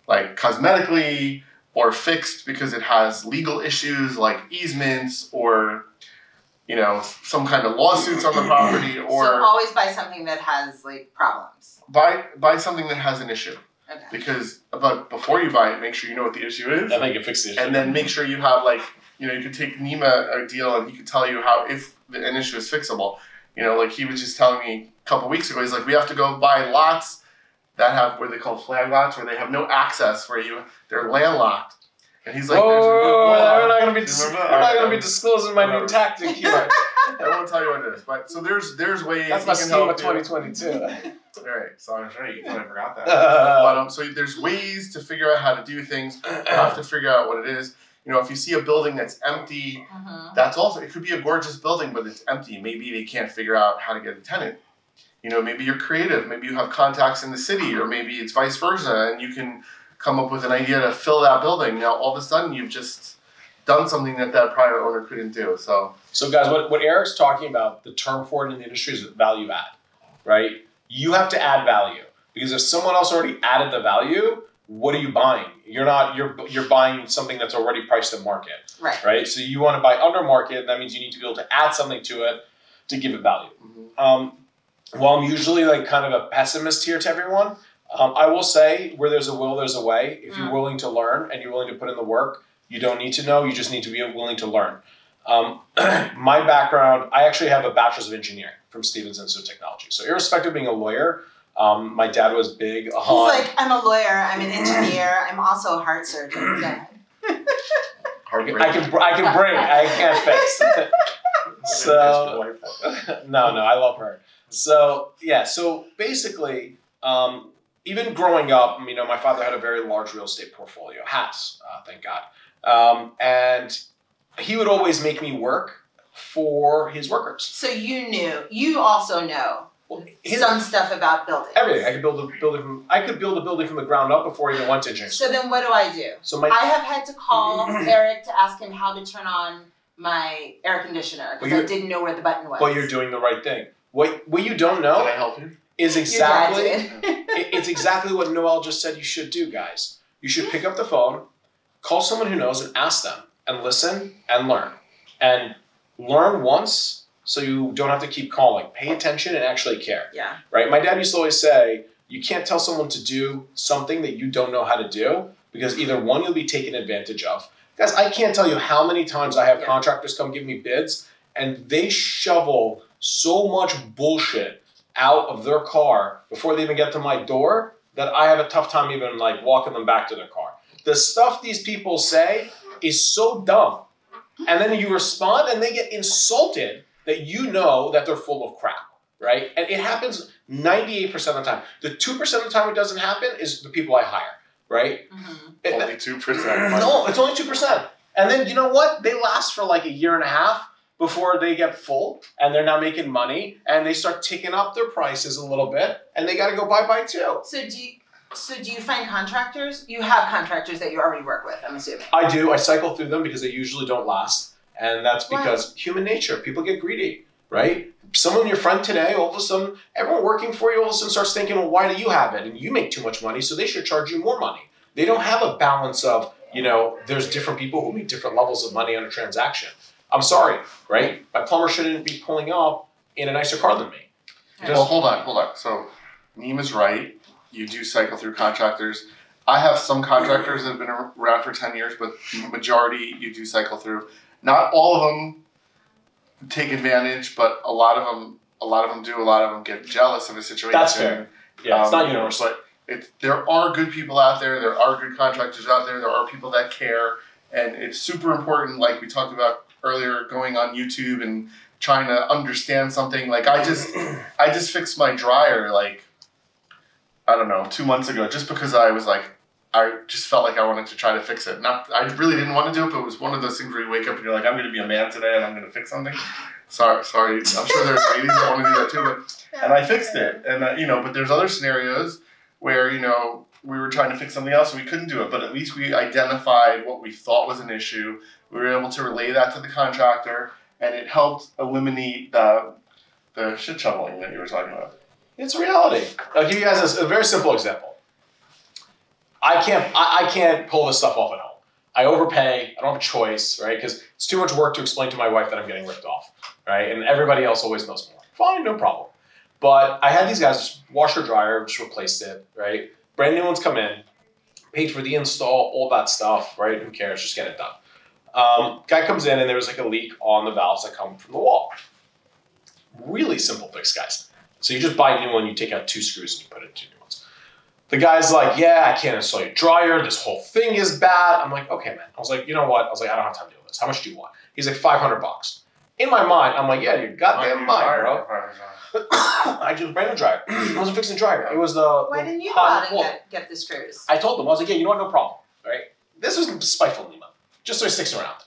Speaker 2: like cosmetically, or fixed because it has legal issues like easements or, you know, some kind of lawsuits on the property,
Speaker 1: so
Speaker 2: or
Speaker 1: always buy something that has like problems.
Speaker 2: buy buy something that has an issue.
Speaker 1: Okay.
Speaker 2: Because but before you buy it, make sure you know what the issue is.
Speaker 3: I think it fixes.
Speaker 2: and then make sure you have like you know you could take Nima a deal and he could tell you how if an issue is fixable. You know, like he was just telling me a couple weeks ago, he's like, we have to go buy lots that have what they call flag lots, where they have no access, where you they're landlocked. And he's like,
Speaker 3: Whoa,
Speaker 2: there's a
Speaker 3: whoa,
Speaker 2: good
Speaker 3: whoa,
Speaker 2: law.
Speaker 3: Oh, we're not gonna
Speaker 2: Remember
Speaker 3: be dis-
Speaker 2: that?
Speaker 3: we're not gonna be
Speaker 2: Um,
Speaker 3: disclosing my new
Speaker 2: whatever.
Speaker 3: tactic here.
Speaker 2: I won't tell you what it is, but so there's there's ways.
Speaker 3: That's
Speaker 2: he
Speaker 3: my
Speaker 2: can
Speaker 3: scheme of
Speaker 2: help you.
Speaker 3: 2022.
Speaker 2: All right, so I'm sure you kind of forgot that. But
Speaker 3: Uh,
Speaker 2: um, so there's ways to figure out how to do things. You have to figure out what it is. You know, if you see a building that's empty,
Speaker 1: Mhm.
Speaker 2: That's also it could be a gorgeous building, but it's empty. Maybe they can't figure out how to get a tenant. You know, maybe you're creative, maybe you have contacts in the city, or maybe it's vice versa, and you can come up with an idea to fill that building. Now all of a sudden you've just done something that that prior owner couldn't do. So
Speaker 3: so, guys, what, what Eric's talking about, the term for it in the industry is value add, right? You have to add value because if someone else already added the value, what are you buying? You're not you're you're buying something that's already priced at market.
Speaker 1: Right.
Speaker 3: right? So you want to buy under market. That means you need to be able to add something to it to give it value.
Speaker 2: mm-hmm.
Speaker 3: Um, while I'm usually like kind of a pessimist here to everyone, um, I will say where there's a will, there's a way. If you're willing to learn and you're willing to put in the work, you don't need to know. You just need to be willing to learn. Um, my background, I actually have a bachelor's of engineering from Stevens Institute of Technology. So, irrespective of being a lawyer, um, my dad was big
Speaker 1: He's
Speaker 3: on.
Speaker 1: like, I'm a lawyer, I'm an engineer, I'm also a heart surgeon. Go ahead.
Speaker 3: I can I can break. I can't fix. so no, no, I love her. So yeah, so basically, um, even growing up, you know, my father had a very large real estate portfolio. Has uh, thank God, um, and he would always make me work for his workers.
Speaker 1: So you knew, you also know
Speaker 3: Well, his-
Speaker 1: some stuff about buildings.
Speaker 3: everything. I could build a building from I could build a building from the ground up before I even went to engineering.
Speaker 1: So then what do I do?
Speaker 3: So my
Speaker 1: I have had to call Eric to ask him how to turn on my air conditioner
Speaker 3: Well,
Speaker 1: because
Speaker 3: you're-
Speaker 1: I didn't know where the button was.
Speaker 3: but you're doing the right thing. What what you don't
Speaker 2: Can I
Speaker 3: know
Speaker 2: help you?
Speaker 3: is
Speaker 1: Your dad
Speaker 3: exactly.
Speaker 1: did.
Speaker 3: it, it's exactly what Noel just said you should do, guys. You should pick up the phone, call someone who knows, and ask them, and listen and learn. And learn once so you don't have to keep calling. Pay attention and actually care,
Speaker 1: Yeah.
Speaker 3: right? My dad used to always say, you can't tell someone to do something that you don't know how to do because either one, you'll be taken advantage of. Guys, I can't tell you how many times I have
Speaker 1: Yeah.
Speaker 3: contractors come give me bids and they shovel so much bullshit out of their car before they even get to my door that I have a tough time even like walking them back to their car. The stuff these people say is so dumb. And then you respond and they get insulted that you know that they're full of crap, right? And it happens 98% of the time. The 2% of the time it doesn't happen is the people I hire, right?
Speaker 1: Mhm.
Speaker 3: It-
Speaker 2: Only two percent.
Speaker 3: no, it's only 2%. And then you know what? They last for like a year and a half before they get full and they're not making money and they start ticking up their prices a little bit and they got to go bye bye too.
Speaker 1: So do you so do you find contractors? You have contractors that you already work with, I'm assuming.
Speaker 3: I do. I cycle through them because they usually don't last. And that's
Speaker 1: Why?
Speaker 3: because human nature, people get greedy, right? Someone, your friend today, all of a sudden, everyone working for you all of a sudden starts thinking, well, why do you have it? And you make too much money, so they should charge you more money. They don't have a balance of, you know, there's different people who make different levels of money on a transaction. I'm sorry, right? My plumber shouldn't be pulling up in a nicer car than me.
Speaker 2: Well, hold on, hold on. So, Neem is right. You do cycle through contractors. I have some contractors that have been around for 10 years, but majority you do cycle through. Not all of them take advantage, but a lot of them, a lot of them do. A lot of them get jealous of a situation.
Speaker 3: That's fair. Yeah, it's
Speaker 2: Um,
Speaker 3: not universal.
Speaker 2: But it, there are good people out there. There are good contractors out there. There are people that care, and it's super important. Like we talked about earlier, going on YouTube and trying to understand something. Like I just, I just fixed my dryer. Like I don't know, two months ago, just because I was like. I just felt like I wanted to try to fix it. Not, I really didn't want to do it, but it was one of those things where you wake up and you're like, "I'm going to be a man today, and I'm going to fix something." Sorry, sorry. I'm sure there's ladies that want to do that too, but and I fixed it. And uh, you know, but there's other scenarios where you know we were trying to fix something else and we couldn't do it. But at least we identified what we thought was an issue. We were able to relay that to the contractor, and it helped eliminate the the shit shoveling that you were talking about.
Speaker 3: It's a reality. I'll give you guys a s- a, very simple example. I can't I, I can't pull this stuff off at home. I overpay. I don't have a choice, right? Because it's too much work to explain to my wife that I'm getting ripped off, right? And everybody else always knows more. Fine, no problem. But I had these guys washer dryer, just replaced it, right? Brand new ones come in, paid for the install, all that stuff, right? Who cares? Just get it done. Um, guy comes in and there was like a leak on the valves that come from the wall. Really simple fix, guys. So you just buy a new one, you take out two screws and you put in two new ones. The guy's like, Yeah, I can't install your dryer. This whole thing is bad. I'm like, Okay, man. I was like, You know what? I was like, I don't have time to deal with this. How much do you want? He's like, 500 bucks. In my mind, I'm like, Yeah, you're goddamn mind, bro. I just brand new dryer. I wasn't fixing the dryer. It was the.
Speaker 1: Why
Speaker 3: the
Speaker 1: didn't you go
Speaker 3: hot
Speaker 1: out and
Speaker 3: wall.
Speaker 1: get, get the screws?
Speaker 3: I told them, I was like, yeah, you know what, no problem, right? This was spiteful, Nima. Just so he sticks around.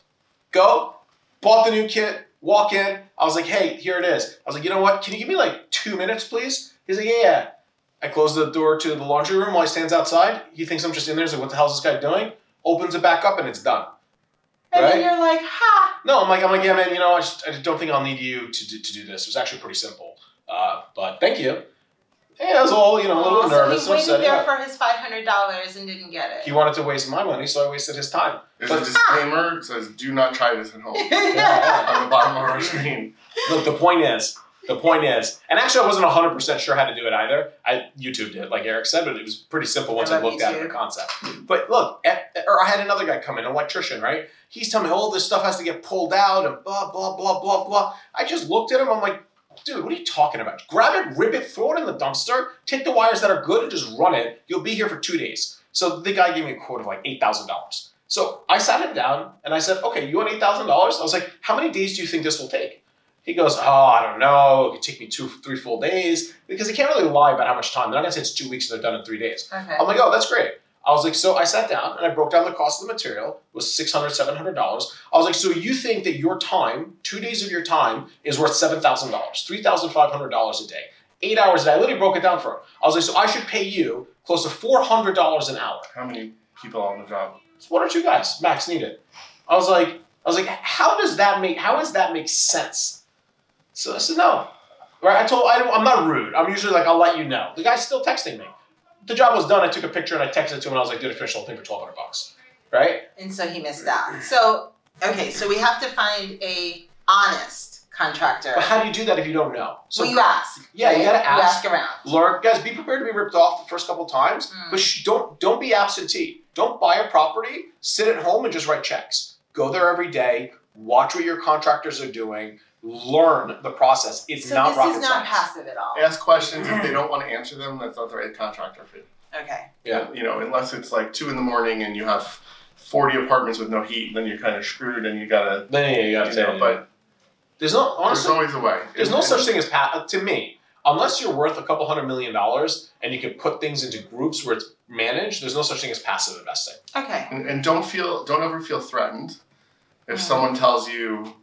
Speaker 3: Go, bought the new kit, walk in. I was like, hey, here it is. I was like, you know what, can you give me like two minutes, please? He's like, yeah, yeah. I close the door to the laundry room while he stands outside. He thinks I'm just in there. He's like, what the hell is this guy doing? Opens it back up and it's done.
Speaker 1: and
Speaker 3: right?
Speaker 1: then you're like, ha!
Speaker 3: No, I'm like, I'm like, yeah, man. You know, I just, I just don't think I'll need you to do, to do this. It was actually pretty simple. Uh, but thank you. Yeah, I was all you know, a little
Speaker 1: Aw,
Speaker 3: bit nervous.
Speaker 1: So he waited
Speaker 3: upset.
Speaker 1: there
Speaker 3: Yeah.
Speaker 1: for his five hundred dollars and didn't get it.
Speaker 3: He wanted to waste my money, so I wasted his time.
Speaker 2: There's a disclaimer that says, "Do not try this at home."
Speaker 3: Yeah, yeah.
Speaker 2: On the bottom of our screen.
Speaker 3: Look, the point is, The point is, and actually, I wasn't 100 percent sure how to do it either. I YouTubed it, like Eric said, but it was pretty simple once I,
Speaker 1: love
Speaker 3: looked at
Speaker 1: YouTube.
Speaker 3: the concept. But look, at, or I had another guy come in, an electrician, right? He's telling me all this stuff has to get pulled out and blah blah blah blah blah. I just looked at him. I'm like, dude, what are you talking about? Grab it, rip it, throw it in the dumpster, take the wires that are good, and just run it. You'll be here for two days. So the guy gave me a quote of like eight thousand dollars. So I sat him down and I said, okay, you want $8,000? I was like, how many days do you think this will take? He goes, oh, I don't know. It could take me two, three full days because they can't really lie about how much time. They're not going to say it's two weeks and they're done in three days.
Speaker 1: Okay.
Speaker 3: I'm like, oh, that's great. I was like, so I sat down and I broke down the cost of the material it was $600, $700. I was like, so you think that your time, two days of your time, is worth $7,000, $3,500 a day, eight hours a day. I literally broke it down for him. I was like, so I should pay you close to $400 an hour.
Speaker 2: How many people on the job?
Speaker 3: It's one or two guys max need it. I was like, I was like, how does that make how does that make sense? So I said no, right? I told I, I'm not rude. I'm usually like I'll let you know. The guy's still texting me. The job was done. I took a picture and I texted it to him. and I was like, dude, I finished the whole thing for twelve hundred bucks, right?
Speaker 1: And so he missed out. So okay, so we have to find a honest contractor.
Speaker 3: But how do you do that if you don't know? So
Speaker 1: well, you ask.
Speaker 3: Yeah, you
Speaker 1: right?
Speaker 3: gotta ask.
Speaker 1: around.
Speaker 3: learn, guys. Be prepared to be ripped off the first couple times,
Speaker 1: Mm.
Speaker 3: but sh- don't don't be absentee. Don't buy a property, sit at home and just write checks. Go there every day. Watch what your contractors are doing. Learn the process. It's
Speaker 1: so
Speaker 3: not
Speaker 1: this
Speaker 3: rocket
Speaker 1: is not
Speaker 3: science.
Speaker 1: passive at all.
Speaker 2: Ask questions. If they don't want to answer them, that's not the right contractor fit.
Speaker 1: Okay.
Speaker 3: Yeah.
Speaker 2: You know, unless it's like two in the morning and you have 40 apartments with no heat, then you're kind of screwed and you gotta,
Speaker 3: Then yeah, you
Speaker 2: you
Speaker 3: gotta say,
Speaker 2: know, but
Speaker 3: there's no
Speaker 2: there's
Speaker 3: honestly,
Speaker 2: always a way.
Speaker 3: there's
Speaker 2: And-
Speaker 3: no
Speaker 2: and-
Speaker 3: such thing as pa- uh, to me. Unless you're worth a couple hundred million dollars and you can put things into groups where it's managed, there's no such thing as passive investing.
Speaker 1: Okay.
Speaker 2: And, and don't feel, don't ever feel threatened if
Speaker 1: Mhm.
Speaker 2: someone tells you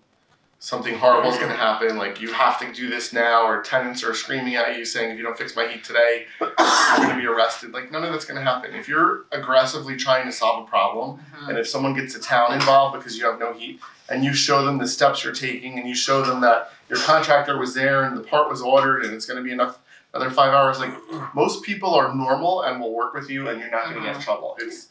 Speaker 2: something horrible is going to happen, like you have to do this now, or tenants are screaming at you saying, if you don't fix my heat today, you're going to be arrested. Like none of that's going to happen. If you're aggressively trying to solve a problem,
Speaker 1: Mhm.
Speaker 2: and if someone gets a town involved because you have no heat, and you show them the steps you're taking, and you show them that your contractor was there and the part was ordered, and it's going to be enough another five hours. Like most people are normal and will work with you, and you're not going to get in trouble. It's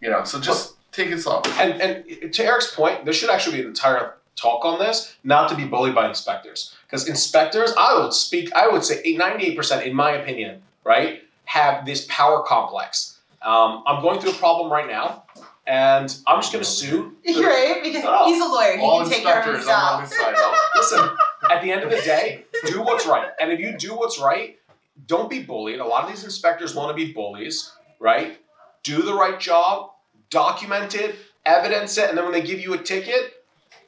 Speaker 2: you know, so just take it slow.
Speaker 3: And and to Eric's point, there should actually be an entire talk on this, not to be bullied by inspectors. Because inspectors, I would speak, I would say 98%, in my opinion, right, have this power complex. Um, I'm going through a problem right now, and I'm just going to sue.
Speaker 1: You're right because
Speaker 3: Oh.
Speaker 1: he's a lawyer. He
Speaker 2: All
Speaker 1: can take care of
Speaker 2: inspectors are
Speaker 1: himself.
Speaker 2: on this side. though.
Speaker 3: Listen, at the end of the day, do what's right. And if you do what's right, don't be bullied. A lot of these inspectors want to be bullies, right? Do the right job, document it, evidence it, and then when they give you a ticket,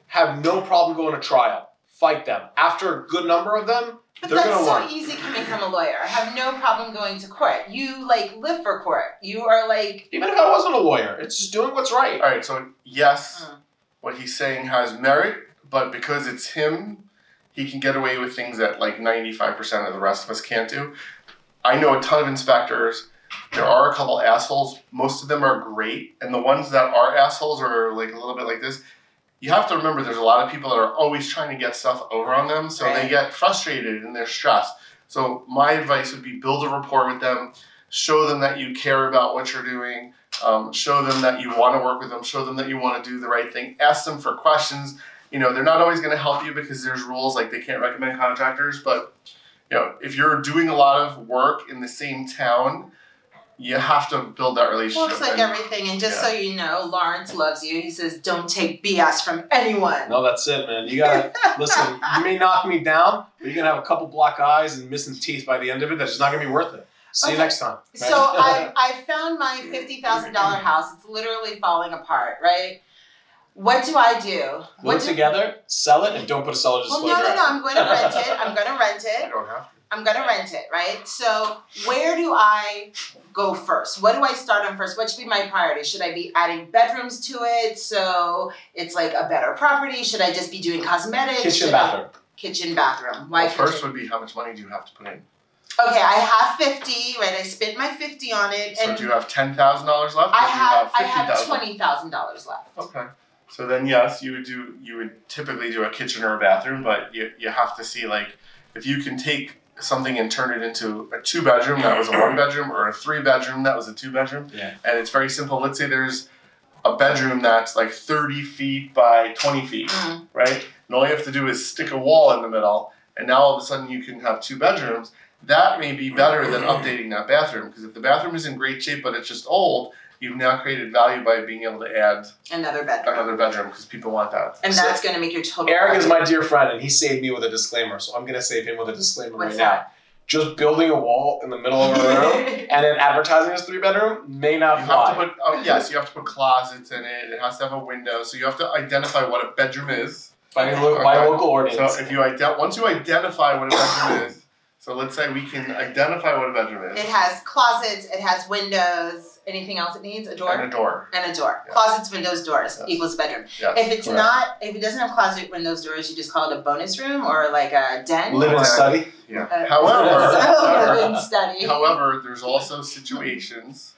Speaker 3: have no problem going to trial. Fight them. After a good number of them,
Speaker 1: But
Speaker 3: they're
Speaker 1: that's
Speaker 3: going to
Speaker 1: so
Speaker 3: learn.
Speaker 1: easy coming from a lawyer. I have no problem going to court. You like live for court. You are like
Speaker 3: Even if I wasn't a lawyer, it's just doing what's right.
Speaker 2: All right, so yes,
Speaker 1: Mm.
Speaker 2: what he's saying has merit, but because it's him, he can get away with things that like 95% of the rest of us can't do. I know a ton of inspectors. There are a couple assholes. Most of them are great, and the ones that are assholes are like a little bit like this. You have to remember there's a lot of people that are always trying to get stuff over on them, so they
Speaker 1: Right.
Speaker 2: get frustrated and they're stressed. So my advice would be build a rapport with them, show them that you care about what you're doing, um, show them that you want to work with them show them that you want to do the right thing ask them for questions you know they're not always going to help you because there's rules like they can't recommend contractors but you know if you're doing a lot of work in the same town you have to build that relationship
Speaker 1: well, it's like
Speaker 2: and-
Speaker 1: everything. And just so you know, Lawrence loves you. He says, "Don't take BS from anyone."
Speaker 3: No, that's it, man. You gotta listen. You may knock me down, but you're gonna have a couple black eyes and missing teeth by the end of it. That's just not gonna be worth it. See you
Speaker 1: Okay.
Speaker 3: next time. right?
Speaker 1: So I I found my fifty thousand dollar house. It's literally falling apart, right? What do I do?
Speaker 3: Put
Speaker 1: What
Speaker 3: it
Speaker 1: do,
Speaker 3: together, sell it, and don't put a seller
Speaker 1: well,
Speaker 3: disclosure.
Speaker 1: no, no,
Speaker 3: out.
Speaker 1: no. I'm going to rent it. I'm going to rent
Speaker 2: you
Speaker 1: it.
Speaker 2: don't have to
Speaker 1: I'm going to rent it, right? So where do I go first? What do I start on first? What should be my priority? Should I be adding bedrooms to it so it's like a better property? Should I just be doing cosmetics?
Speaker 3: Kitchen,
Speaker 1: Should I-
Speaker 3: bathroom.
Speaker 1: Kitchen, bathroom. Why
Speaker 2: well, first
Speaker 1: kitchen?
Speaker 2: would be how much money do you have to put in
Speaker 1: Okay, I have fifty. Right, I spent my fifty on it,
Speaker 2: so
Speaker 1: and
Speaker 2: do you have $10000 left or
Speaker 1: I
Speaker 2: do you
Speaker 1: have I have
Speaker 2: 50000
Speaker 1: twenty thousand dollars left.
Speaker 2: Okay. So then, yes, you would do. You would typically do a kitchen or a bathroom, but you you have to see like if you can take something and turn it into a two bedroom that was a one bedroom or a three bedroom that was a two bedroom.
Speaker 3: Yeah.
Speaker 2: And it's very simple. Let's say there's a bedroom that's like thirty feet by twenty feet,
Speaker 1: Mm.
Speaker 2: right? And all you have to do is stick a wall in the middle, and now all of a sudden you can have two bedrooms. That may be better than updating that bathroom because if the bathroom is in great shape but it's just old, you've now created value by being able to add
Speaker 1: Another bedroom.
Speaker 2: another bedroom because people want that.
Speaker 1: And
Speaker 3: So-
Speaker 1: that's going to make your total.
Speaker 3: Eric is
Speaker 1: budget.
Speaker 3: my dear friend, and he saved me with a disclaimer, so I'm gonna save him with a disclaimer
Speaker 1: What's
Speaker 3: right
Speaker 1: that?
Speaker 3: now. Just building a wall in the middle of a room and then advertising as three bedroom may not
Speaker 2: You have
Speaker 3: fly.
Speaker 2: to put oh, yes, you have to put closets in it. It has to have a window, so you have to identify what a bedroom is.
Speaker 3: by, lo- by
Speaker 2: Okay.
Speaker 3: local ordinance.
Speaker 2: So if you ident- once you identify what a bedroom is, so let's say we can identify what a bedroom
Speaker 1: It
Speaker 2: is
Speaker 1: has closets. It has windows. Anything else it needs? A door.
Speaker 2: and a door.
Speaker 1: and a door.
Speaker 2: Yeah.
Speaker 1: Closets, windows, doors
Speaker 2: Yes.
Speaker 1: equals bedroom.
Speaker 2: Yes.
Speaker 1: If it's
Speaker 3: Correct.
Speaker 1: not, if it doesn't have closet, windows, doors, you just call it a bonus room or like a den.
Speaker 3: Live and study.
Speaker 2: Yeah.
Speaker 1: Uh,
Speaker 2: however,
Speaker 1: so,
Speaker 2: however,
Speaker 1: living study.
Speaker 2: however, there's also situations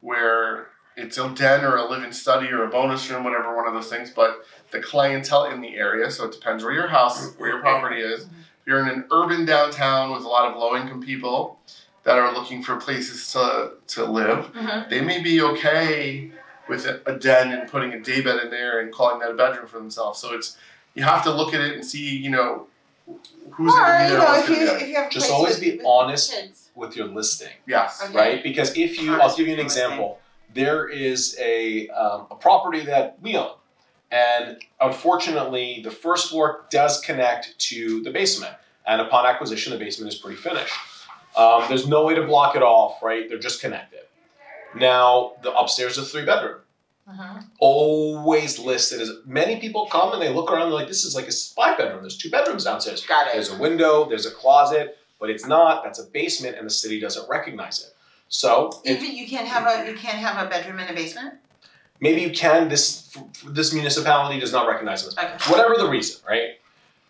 Speaker 2: where it's a den or a live-in study or a bonus room, whatever one of those things. But the clientele in the area, so it depends where your house, where your property is. If you're in an urban downtown with a lot of low-income people that are looking for places to to live.
Speaker 1: Mhm.
Speaker 2: they may be okay with a a den and putting a day bed in there and calling that a bedroom for themselves. So it's you have to look at it and see, you know, who's
Speaker 1: Or
Speaker 2: going to be
Speaker 1: you
Speaker 2: there.
Speaker 1: know,
Speaker 2: what's
Speaker 1: if
Speaker 2: gonna
Speaker 1: you
Speaker 2: be there.
Speaker 1: if you have
Speaker 3: Just
Speaker 1: place
Speaker 3: always
Speaker 1: with-
Speaker 3: be
Speaker 1: with
Speaker 3: honest
Speaker 1: kids.
Speaker 3: with your listing,
Speaker 2: yes,
Speaker 1: Okay.
Speaker 3: right? Because if you, I'll give you an example. There is a, um, a property that we own, and unfortunately, the first floor does connect to the basement. And upon acquisition, the basement is pretty finished. Um, there's no way to block it off, right? They're just connected. Now, the upstairs is three bedroom.
Speaker 1: Mhm.
Speaker 3: Always listed as many people come and they look around, they're like, this is like a five bedroom. There's two bedrooms downstairs.
Speaker 1: Got it.
Speaker 3: There's a window, there's a closet, but it's not. That's a basement, and the city doesn't recognize it. So it,
Speaker 1: Even you can't have a you can't have a bedroom in a basement.
Speaker 3: maybe you can. This this municipality does not recognize it,
Speaker 1: Okay.
Speaker 3: whatever the reason, right?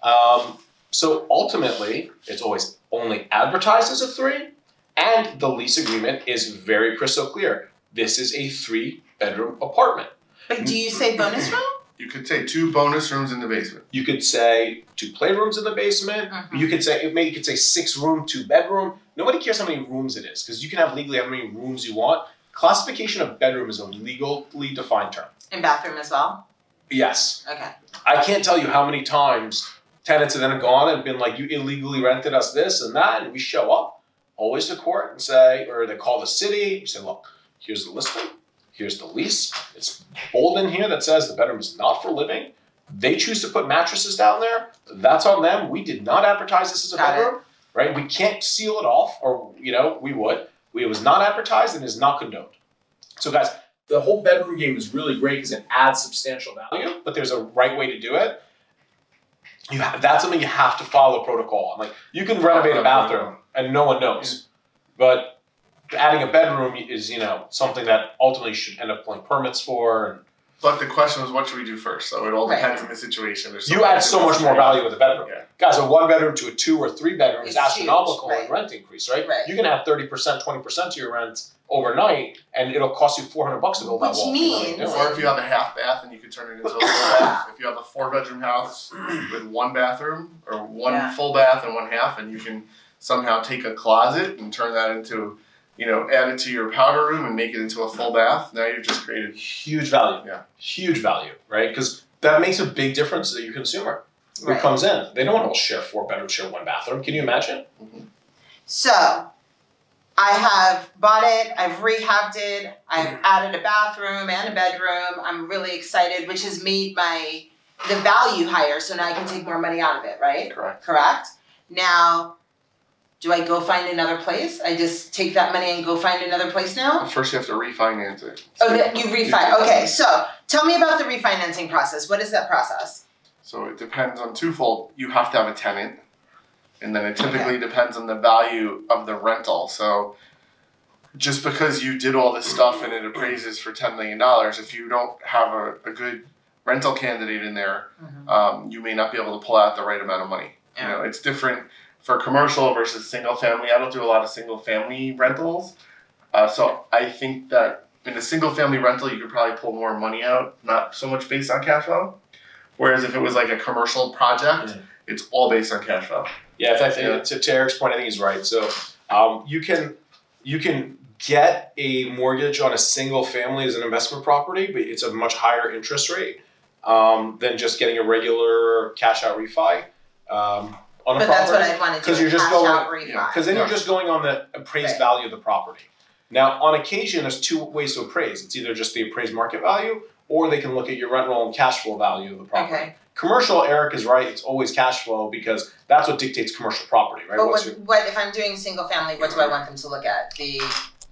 Speaker 3: Um, so ultimately, it's always only advertised as a three, and the lease agreement is very crystal clear. This is a three bedroom apartment.
Speaker 1: But
Speaker 2: Mm.
Speaker 1: do you say bonus room?
Speaker 2: you could say two bonus rooms in the basement.
Speaker 3: You could say two playrooms in the basement.
Speaker 1: Mhm.
Speaker 3: You could say it may you could say six room, two bedroom. Nobody cares how many rooms it is because you can have legally how many rooms you want. Classification of bedroom is a legally defined term.
Speaker 1: And bathroom as well.
Speaker 3: Yes,
Speaker 1: Okay.
Speaker 3: I can't tell you how many times tenants have then gone and been like, "You illegally rented us this and that," and we show up always to court and say, or they call the city. We say, "Look, here's the listing, here's the lease. It's bold in here that says the bedroom is not for living." They choose to put mattresses down there. That's on them. We did not advertise this as a
Speaker 1: Got it.
Speaker 3: bedroom, right? We can't seal it off, or you know, we would. We, it was not advertised and is not condoned. So, guys, the whole bedroom game is really great because it adds substantial value, but there's a right way to do it. You have, that's something you have to follow protocol. on. like, you can renovate a bathroom and no one knows, but adding a bedroom is, you know, something that ultimately should end up pulling permits for. And
Speaker 2: But the question was, what should we do first? So it all
Speaker 1: Right.
Speaker 2: depends on the situation. There's
Speaker 3: you add so much more value with a bedroom.
Speaker 2: Yeah.
Speaker 3: Guys, a one bedroom to a two or three bedroom
Speaker 1: It's
Speaker 3: is
Speaker 1: huge,
Speaker 3: astronomical in
Speaker 1: right.
Speaker 3: rent increase, right?
Speaker 1: Right.
Speaker 3: You can add 30%, 20% to your rent overnight, and it'll cost you 400 bucks to build that
Speaker 1: Which
Speaker 3: wall. if you really
Speaker 1: means-
Speaker 3: do it.
Speaker 2: Or if you have a half bath and you could turn it into a full bath. If you have a four bedroom house with one bathroom or one
Speaker 1: Yeah.
Speaker 2: full bath and one half, and you can somehow take a closet and turn that into, you know, add it to your powder room and make it into a full bath. Now you've just created.
Speaker 3: huge value.
Speaker 2: Yeah.
Speaker 3: Huge value, right? Because that makes a big difference to your consumer who
Speaker 1: Right.
Speaker 3: comes in. They don't all share four bedrooms, share one bathroom. Can you imagine?
Speaker 1: So I have bought it, I've rehabbed it,
Speaker 3: Mm.
Speaker 1: I've added a bathroom and a bedroom. I'm really excited, which has made my the value higher, so now I can take more money out of it, right?
Speaker 2: Correct.
Speaker 1: Correct? Now do I go find another place? I just take that money and go find another place now?
Speaker 2: First, you have to refinance it.
Speaker 1: Oh, that- you refi. Okay, so tell me about the refinancing process. What is that process?
Speaker 2: So it depends on twofold. You have to have a tenant, and then it typically depends on the value of the rental. So just because you did all this stuff and it appraises for ten million dollars, if you don't have a, a good rental candidate in there, um, you may not be able to pull out the right amount of money. You know, it's different for commercial versus single family. I don't do a lot of single family rentals, uh, so I think that in a single family rental, you could probably pull more money out, not so much based on cash flow. Whereas if it was like a commercial project,
Speaker 3: Yeah.
Speaker 2: it's all based on cash flow.
Speaker 3: Yeah, if I think,
Speaker 2: Yeah.
Speaker 3: To, to Eric's point, I think he's right. So um, you can you can get a mortgage on a single family as an investment property, but it's a much higher interest rate um, than just getting a regular cash out refi. Um, on a
Speaker 1: But that's what I
Speaker 3: property
Speaker 1: wanted to do.
Speaker 3: because you're just
Speaker 1: cash
Speaker 3: going-
Speaker 1: out
Speaker 2: yeah,
Speaker 1: refi.
Speaker 3: because then you're
Speaker 2: Yeah.
Speaker 3: just going on the appraised
Speaker 1: Right.
Speaker 3: value of the property. Now, on occasion, there's two ways to appraise. It's either just the appraised market value, or they can look at your rent roll and cash flow value of the property.
Speaker 1: okay.
Speaker 3: Commercial, Eric is right. It's always cash flow because that's what dictates commercial property, right?
Speaker 1: But
Speaker 3: What's
Speaker 1: what,
Speaker 3: your,
Speaker 1: what if I'm doing single family? What do I want them to look at? The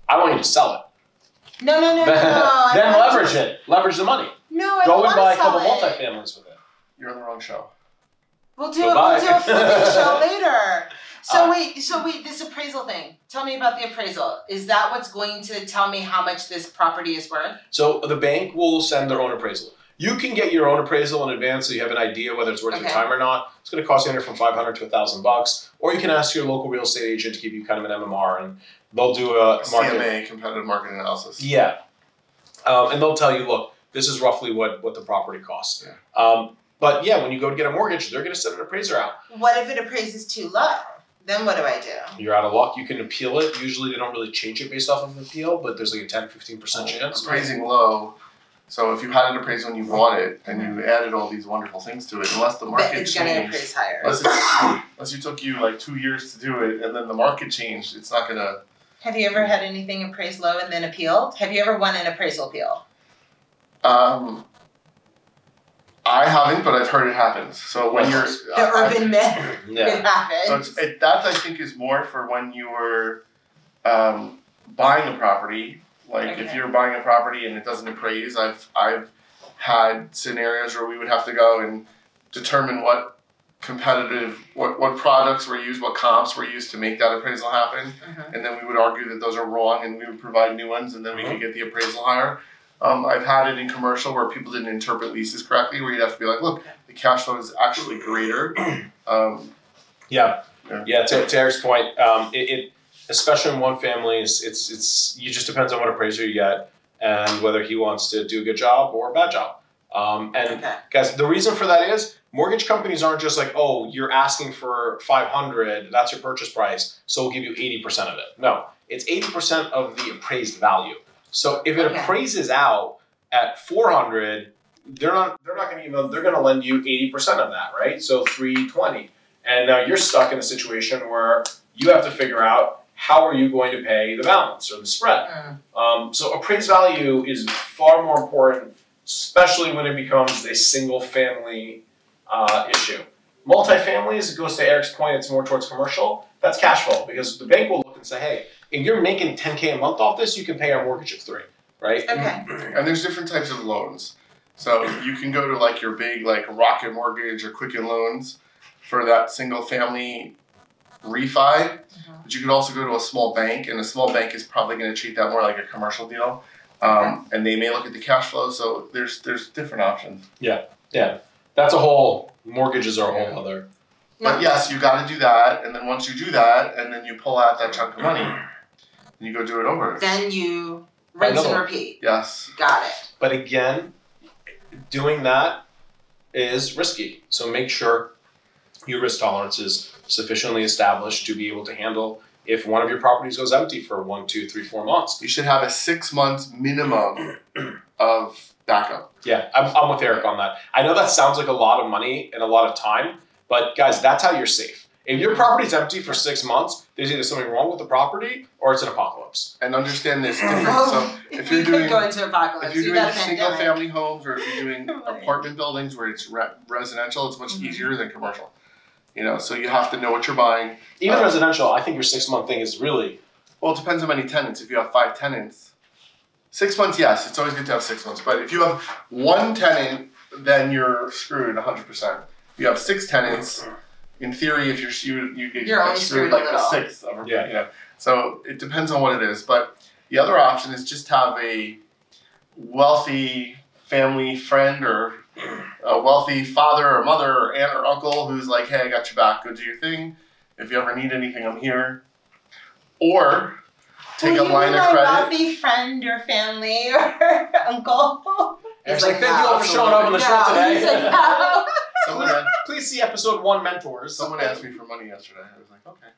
Speaker 3: I want you to sell it.
Speaker 1: no, no, no, no, no. I
Speaker 3: then
Speaker 1: want
Speaker 3: leverage
Speaker 1: to,
Speaker 3: it. Leverage the money.
Speaker 1: No, I
Speaker 3: Go
Speaker 1: want
Speaker 3: and buy a
Speaker 1: to sell
Speaker 3: couple
Speaker 1: it.
Speaker 3: multifamilies with it.
Speaker 2: You're on the wrong show.
Speaker 1: We'll do a,
Speaker 3: Goodbye.
Speaker 1: we'll do a flipping show later. So
Speaker 3: Uh,
Speaker 1: wait, so wait, this appraisal thing. Tell me about the appraisal. Is that what's going to tell me how much this property is worth?
Speaker 3: So the bank will send their own appraisal. You can get your own appraisal in advance so you have an idea whether it's worth your
Speaker 1: Okay.
Speaker 3: time or not. It's going to cost you anywhere from 500 to 1000 bucks. Or you can ask your local real estate agent to give you kind of an MMR and they'll do a market.
Speaker 2: CMA, competitive market analysis.
Speaker 3: Yeah. Um, and they'll tell you, look, this is roughly what, what the property costs. Um, but yeah, when you go to get a mortgage, they're going to send an appraiser out.
Speaker 1: What if it appraises too low? Then what do I do?
Speaker 3: You're out of luck. You can appeal it. Usually they don't really change it based off of an appeal, but there's like a 10, 15% chance.
Speaker 2: Appraising low. So if you had an appraisal when you wanted and
Speaker 3: Mm-hmm.
Speaker 2: you added all these wonderful things to it, unless the
Speaker 1: But
Speaker 2: market
Speaker 1: it's going to
Speaker 2: changed,
Speaker 1: appraise higher.
Speaker 2: unless, it, unless you took you like two years to do it and then the market changed, it's not gonna.
Speaker 1: Have you ever had anything appraised low and then appealed? Have you ever won an appraisal appeal?
Speaker 2: Um, I haven't, but I've heard it happens. So when you're
Speaker 1: The urban myth.
Speaker 3: Yeah.
Speaker 1: It happens.
Speaker 2: So it's, it, that I think is more for when you were um, buying a property. Like if
Speaker 1: Okay.
Speaker 2: you're buying a property and it doesn't appraise, I've I've had scenarios where we would have to go and determine what competitive what, what products were used, what comps were used to make that appraisal happen,
Speaker 1: Mhm.
Speaker 2: and then we would argue that those are wrong, and we would provide new ones, and then we could get the appraisal higher. Um, I've had it in commercial where people didn't interpret leases correctly, where you'd have to be like, look, the cash flow is actually greater. Um,
Speaker 3: Yeah,
Speaker 2: Yeah.
Speaker 3: yeah. To, to Eric's point, um, it, it especially in one families, it's it's you just depends on what appraiser you get and whether he wants to do a good job or a bad job. Um, and
Speaker 1: okay.
Speaker 3: guys, the reason for that is mortgage companies aren't just like, oh, you're asking for five hundred, that's your purchase price, so we'll give you eighty percent of it. No, it's eighty percent of the appraised value. So if it
Speaker 1: Okay.
Speaker 3: appraises out at four hundred, they're not they're not going to even they're going to lend you eighty percent of that, right? So three twenty, and now you're stuck in a situation where you have to figure out how are you going to pay the balance or the spread.
Speaker 1: Mm.
Speaker 3: Um, so appraised value is far more important, especially when it becomes a single family uh, issue. Multifamilies, it goes to Eric's point, it's more towards commercial. That's cash flow because the bank will look and say, hey, if you're making 10K a month off this, you can pay our mortgage of three, right?
Speaker 1: Okay.
Speaker 2: And there's different types of loans. So you can go to like your big like Rocket Mortgage or Quicken Loans for that single family refi.
Speaker 1: Mhm.
Speaker 2: But you could also go to a small bank, and a small bank is probably going to treat that more like a commercial deal. Um, And they may look at the cash flow. So there's there's different options.
Speaker 3: That's a whole, mortgages are a whole other.
Speaker 1: No.
Speaker 2: But yes, you got to do that, and then once you do that, and then you pull out that chunk of money, and you go do it over.
Speaker 1: Then you rinse and
Speaker 3: Another-
Speaker 1: repeat.
Speaker 2: Yes.
Speaker 1: Got it.
Speaker 3: But again, doing that is risky. So make sure your risk tolerance is sufficiently established to be able to handle if one of your properties goes empty for one, two, three, four months.
Speaker 2: You should have a six months minimum of backup.
Speaker 3: Yeah, I'm, I'm with Eric on that. I know that sounds like a lot of money and a lot of time, but guys, that's how you're safe. If your property's empty for six months, there's either something wrong with the property or it's an apocalypse.
Speaker 2: And understand this different. So
Speaker 1: Oh,
Speaker 2: if
Speaker 1: we
Speaker 2: you're
Speaker 1: could
Speaker 2: doing-
Speaker 1: go into apocalypse.
Speaker 2: if you're
Speaker 1: you
Speaker 2: doing
Speaker 1: got a
Speaker 2: single
Speaker 1: pandemic.
Speaker 2: family homes or if you're doing
Speaker 1: Right.
Speaker 2: apartment buildings where it's re- residential, it's much
Speaker 1: Mhm.
Speaker 2: easier than commercial. You know, so you have to know what you're buying.
Speaker 3: Even
Speaker 2: Uh,
Speaker 3: residential, I think your six month thing is really
Speaker 2: Well, it depends how many tenants. If you have five tenants, six months, yes, it's always good to have six months. But if you have one tenant, then you're screwed 100%. If you have six tenants, in theory, if you're you, you get
Speaker 1: You're only
Speaker 2: screwed
Speaker 1: screwed a
Speaker 2: like a
Speaker 1: little.
Speaker 2: sixth of a
Speaker 3: Yeah.
Speaker 2: you know. So it depends on what it is. But the other option is just have a wealthy family friend or a wealthy father or mother or aunt or uncle who's like, hey, I got your back. Go do your thing. If you ever need anything, I'm here. Or take
Speaker 1: Will
Speaker 2: a line
Speaker 1: you be
Speaker 2: of
Speaker 1: my
Speaker 2: credit.
Speaker 1: wealthy friend or family or uncle? He's
Speaker 3: Eric's
Speaker 1: like,
Speaker 3: like, thank you all for showing up on the show
Speaker 1: No,
Speaker 3: today.
Speaker 1: he's like, no.
Speaker 2: Someone, asked,
Speaker 3: Please see episode one mentors.
Speaker 2: someone asked me for money yesterday. I was like, okay.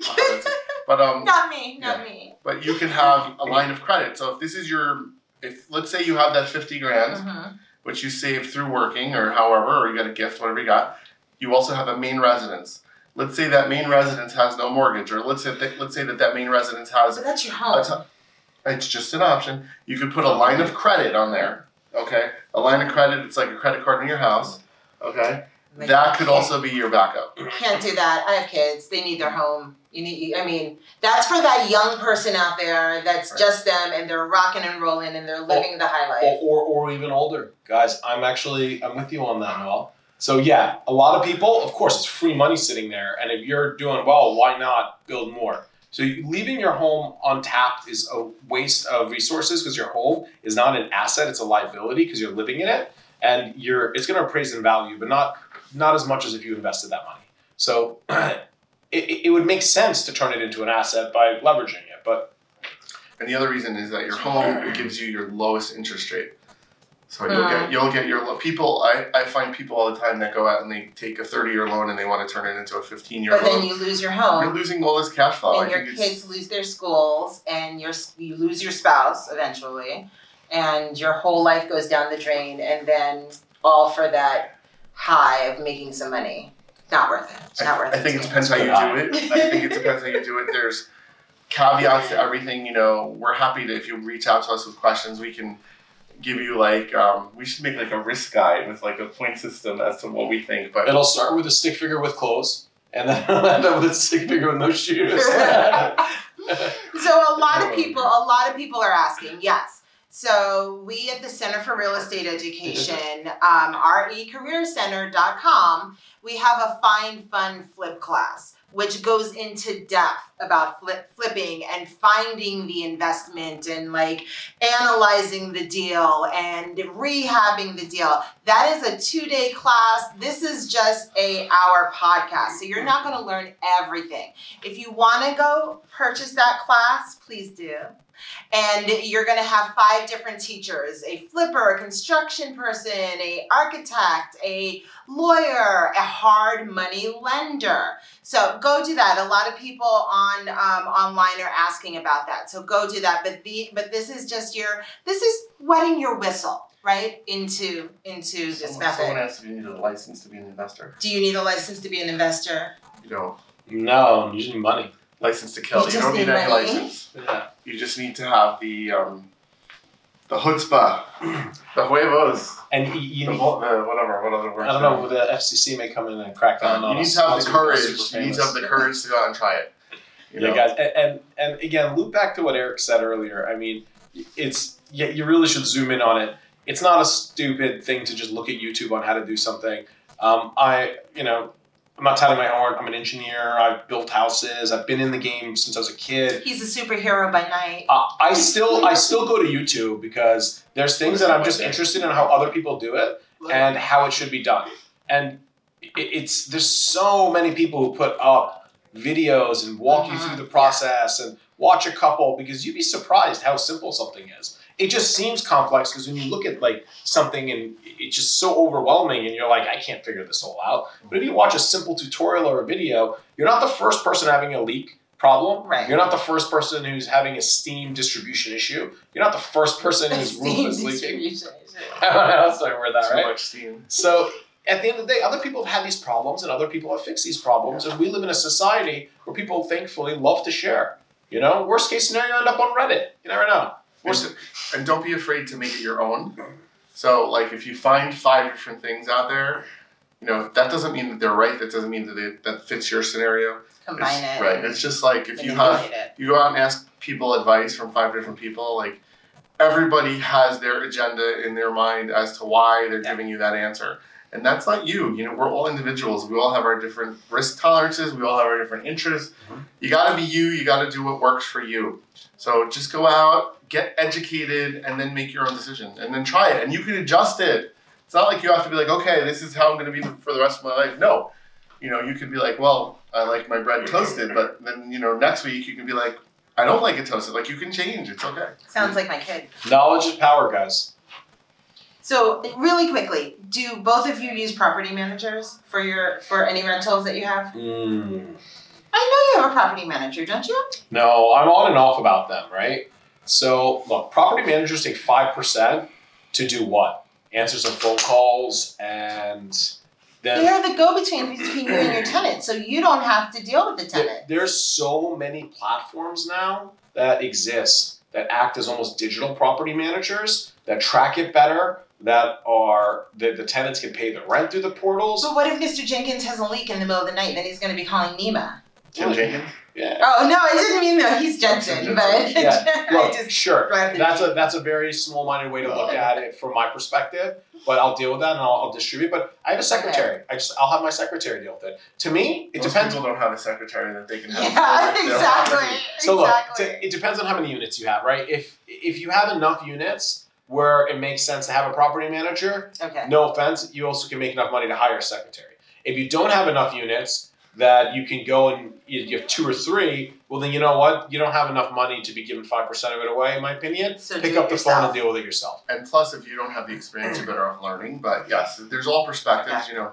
Speaker 2: Wow, that's it. But um,
Speaker 1: not me, not me.
Speaker 2: but you can have a line of credit. So if this is your, if let's say you have that fifty grand,
Speaker 1: Mhm.
Speaker 2: which you saved through working or however, or you got a gift, whatever you got, you also have a main residence. Let's say that main residence has no mortgage, or let's say that, let's say that that main residence has
Speaker 1: So that's your
Speaker 2: a
Speaker 1: home.
Speaker 2: t- it's just an option. You could put a line of credit on there. Okay, a line of credit. It's like a credit card in your house. Okay,
Speaker 1: Like,
Speaker 2: that could
Speaker 1: you
Speaker 2: also be your backup.
Speaker 1: can't do that. I have kids. They need their home. You need. I mean, that's for that young person out there. That's
Speaker 3: Right.
Speaker 1: just them, and they're rocking and rolling, and they're living the high life.
Speaker 3: or, or, or even older guys i'm actually i'm with you on that noel so yeah a lot of people of course it's free money sitting there and if you're doing well why not build more so you- leaving your home untapped is a waste of resources because your home is not an asset it's a liability because you're living in it and you're it's going to appraise in value but not not as much as if you invested that money so it, it it would make sense to turn it into an asset by leveraging it but
Speaker 2: And the other reason is that your home gives you your lowest interest rate. So you'll
Speaker 1: Hmm.
Speaker 2: get you'll get your lo- people. I, I find people all the time that go out and they take a thirty year loan and they want to turn it into a fifteen year
Speaker 1: but then
Speaker 2: loan.
Speaker 1: you lose your
Speaker 2: You're
Speaker 1: home,
Speaker 2: losing all this cash flow. I
Speaker 1: and your
Speaker 2: think it's,
Speaker 1: kids lose their schools, and your s- you lose your spouse eventually, and your whole life goes down the drain, and then all for that high of making some money. Not worth it. It's
Speaker 2: I,
Speaker 1: not worth
Speaker 2: I
Speaker 1: it.
Speaker 2: think it
Speaker 1: to me.
Speaker 2: depends how you do it. I think it depends how you do it. There's caveats to everything. You know, we're happy to if you reach out to us with questions, we can give you like um, we should make like a risk guide with like a point system as to what we think. But
Speaker 3: It'll start with a stick figure with clothes, and then it'll end up with a stick figure with no shoes.
Speaker 1: So a lot of people, a lot of people are asking, yes. So we at the Center for Real Estate Education, um, recareercenter.com, we have a find fun flip class, which goes into depth about flip flipping and finding the investment and like analyzing the deal and rehabbing the deal. That is a two-day class. This is just a hour podcast. So you're not gonna learn everything. If you want to go purchase that class, please do. And you're going to have five different teachers, a flipper, a construction person, a architect, a lawyer, a hard money lender. So go do that. A lot of people on um, online are asking about that. So go do that. But the but this is just your this is wetting your whistle right into into this
Speaker 2: someone,
Speaker 1: method.
Speaker 2: someone asked if you needed a license to be an investor.
Speaker 1: do you need a license to be an investor?
Speaker 2: You know,
Speaker 3: no, you just need money.
Speaker 2: license to kill.
Speaker 1: You
Speaker 2: You,
Speaker 1: just
Speaker 2: don't need
Speaker 1: need
Speaker 2: any
Speaker 1: money.
Speaker 2: license.
Speaker 3: Yeah.
Speaker 2: You just need to have the um, the chutzpah, the huevos,
Speaker 3: And you, you
Speaker 2: the,
Speaker 3: need,
Speaker 2: vo- the whatever, what other words.
Speaker 3: I don't know, the FCC may come in and crack down on
Speaker 2: You need
Speaker 3: us.
Speaker 2: to have
Speaker 3: Lots
Speaker 2: the
Speaker 3: of people are
Speaker 2: courage.
Speaker 3: super
Speaker 2: You need to have
Speaker 3: famous.
Speaker 2: the courage to go out and try it. You
Speaker 3: yeah,
Speaker 2: know?
Speaker 3: guys, and, and and again, loop back to what Eric said earlier. I mean, it's yeah, you really should zoom in on it. It's not a stupid thing to just look at YouTube on how to do something. Um, I, you know, I'm not touting my horn. I'm an engineer. I've built houses. I've been in the game since I was a kid.
Speaker 1: He's a superhero by night.
Speaker 3: Uh, I still I still go to YouTube because there's things that I'm just interested in how other people do it and how it should be done. And it, it's there's so many people who put up videos and walk you
Speaker 1: Mhm.
Speaker 3: through the process and watch a couple because you'd be surprised how simple something is. It just seems complex because when you look at like something and it's just so overwhelming and you're like I can't figure this all out. But if you watch a simple tutorial or a video, you're not the first person having a leak problem.
Speaker 1: Right.
Speaker 3: You're not the first person who's having a steam distribution issue. You're not the first person whose roof is leaking. I don't know how else I word that,
Speaker 2: Too
Speaker 3: right?
Speaker 2: much steam.
Speaker 3: So at the end of the day, other people have had these problems and other people have fixed these problems. And we live in a society where people thankfully love to share. You know, worst case scenario, you end up on Reddit. You never know. Worst,
Speaker 2: And, and don't be afraid to make it your own. So, like, if you find five different things out there, you know that doesn't mean that they're right. That doesn't mean that they, that fits your scenario.
Speaker 1: Combine
Speaker 2: It's-
Speaker 1: it.
Speaker 2: Right. It's just like if you have
Speaker 1: manipulate it.
Speaker 2: you go out and ask people advice from five different people, like everybody has their agenda in their mind as to why they're
Speaker 1: Yeah.
Speaker 2: giving you that answer. And that's not you. You know, we're all individuals. We all have our different risk tolerances. We all have our different interests.
Speaker 3: Mhm.
Speaker 2: You got to be you. You got to do what works for you. So just go out, get educated, and then make your own decision. And then try it. And you can adjust it. It's not like you have to be like, okay, this is how I'm going to be for the rest of my life. No, you know, you could be like, well, I like my bread toasted, but then you know, next week you could be like, I don't like it toasted. Like you can change. It's okay.
Speaker 1: Sounds like my kid.
Speaker 3: knowledge is power, guys.
Speaker 1: So really quickly, do both of you use property managers for your for any rentals that you have?
Speaker 3: Mm.
Speaker 1: I know you have a property manager, don't you?
Speaker 3: No, I'm on and off about them, right? So, look, property managers take 5% to do what? Answer some phone calls and Then
Speaker 1: They're the go-between between you and your tenant, so you don't have to deal with the
Speaker 3: There-
Speaker 1: tenant.
Speaker 3: There's so many platforms now that exist that act as almost digital property managers that track it better. That are that the tenants can pay the rent through the portals.
Speaker 1: So what if Mr. Jenkins has a leak in the middle of the night? Then he's going to be calling NEMA.
Speaker 2: Tim Jenkins?
Speaker 3: Yeah.
Speaker 1: Oh no, I didn't mean that. He's Jensen,
Speaker 2: Jensen,
Speaker 1: but
Speaker 3: yeah.
Speaker 1: I
Speaker 3: Look,
Speaker 1: just
Speaker 3: sure.
Speaker 1: drive the
Speaker 3: That's a that's a very small minded way to look
Speaker 1: Okay.
Speaker 3: at it from my perspective, but I'll deal with that and I'll, I'll distribute. But I have a secretary. I just I'll have my secretary deal with it. To me, it
Speaker 2: Most
Speaker 3: depends.
Speaker 2: people don't have a secretary that they can have.
Speaker 1: yeah,
Speaker 2: They don't have
Speaker 1: exactly.
Speaker 2: any.
Speaker 3: So look,
Speaker 1: exactly.
Speaker 3: t- it depends on how many units you have, right? If if you have enough units where it makes sense to have a property manager,
Speaker 1: okay.
Speaker 3: no offense, you also can make enough money to hire a secretary. If you don't have enough units that you can go and you you have two or three, well then you know what? You don't have enough money to be giving five percent of it away, in my opinion.
Speaker 1: So do
Speaker 3: Pick
Speaker 1: it
Speaker 3: up the phone
Speaker 1: yourself.
Speaker 3: and deal with it yourself.
Speaker 2: And plus, if you don't have the experience, you're better off learning. But yes, there's all perspectives. You know,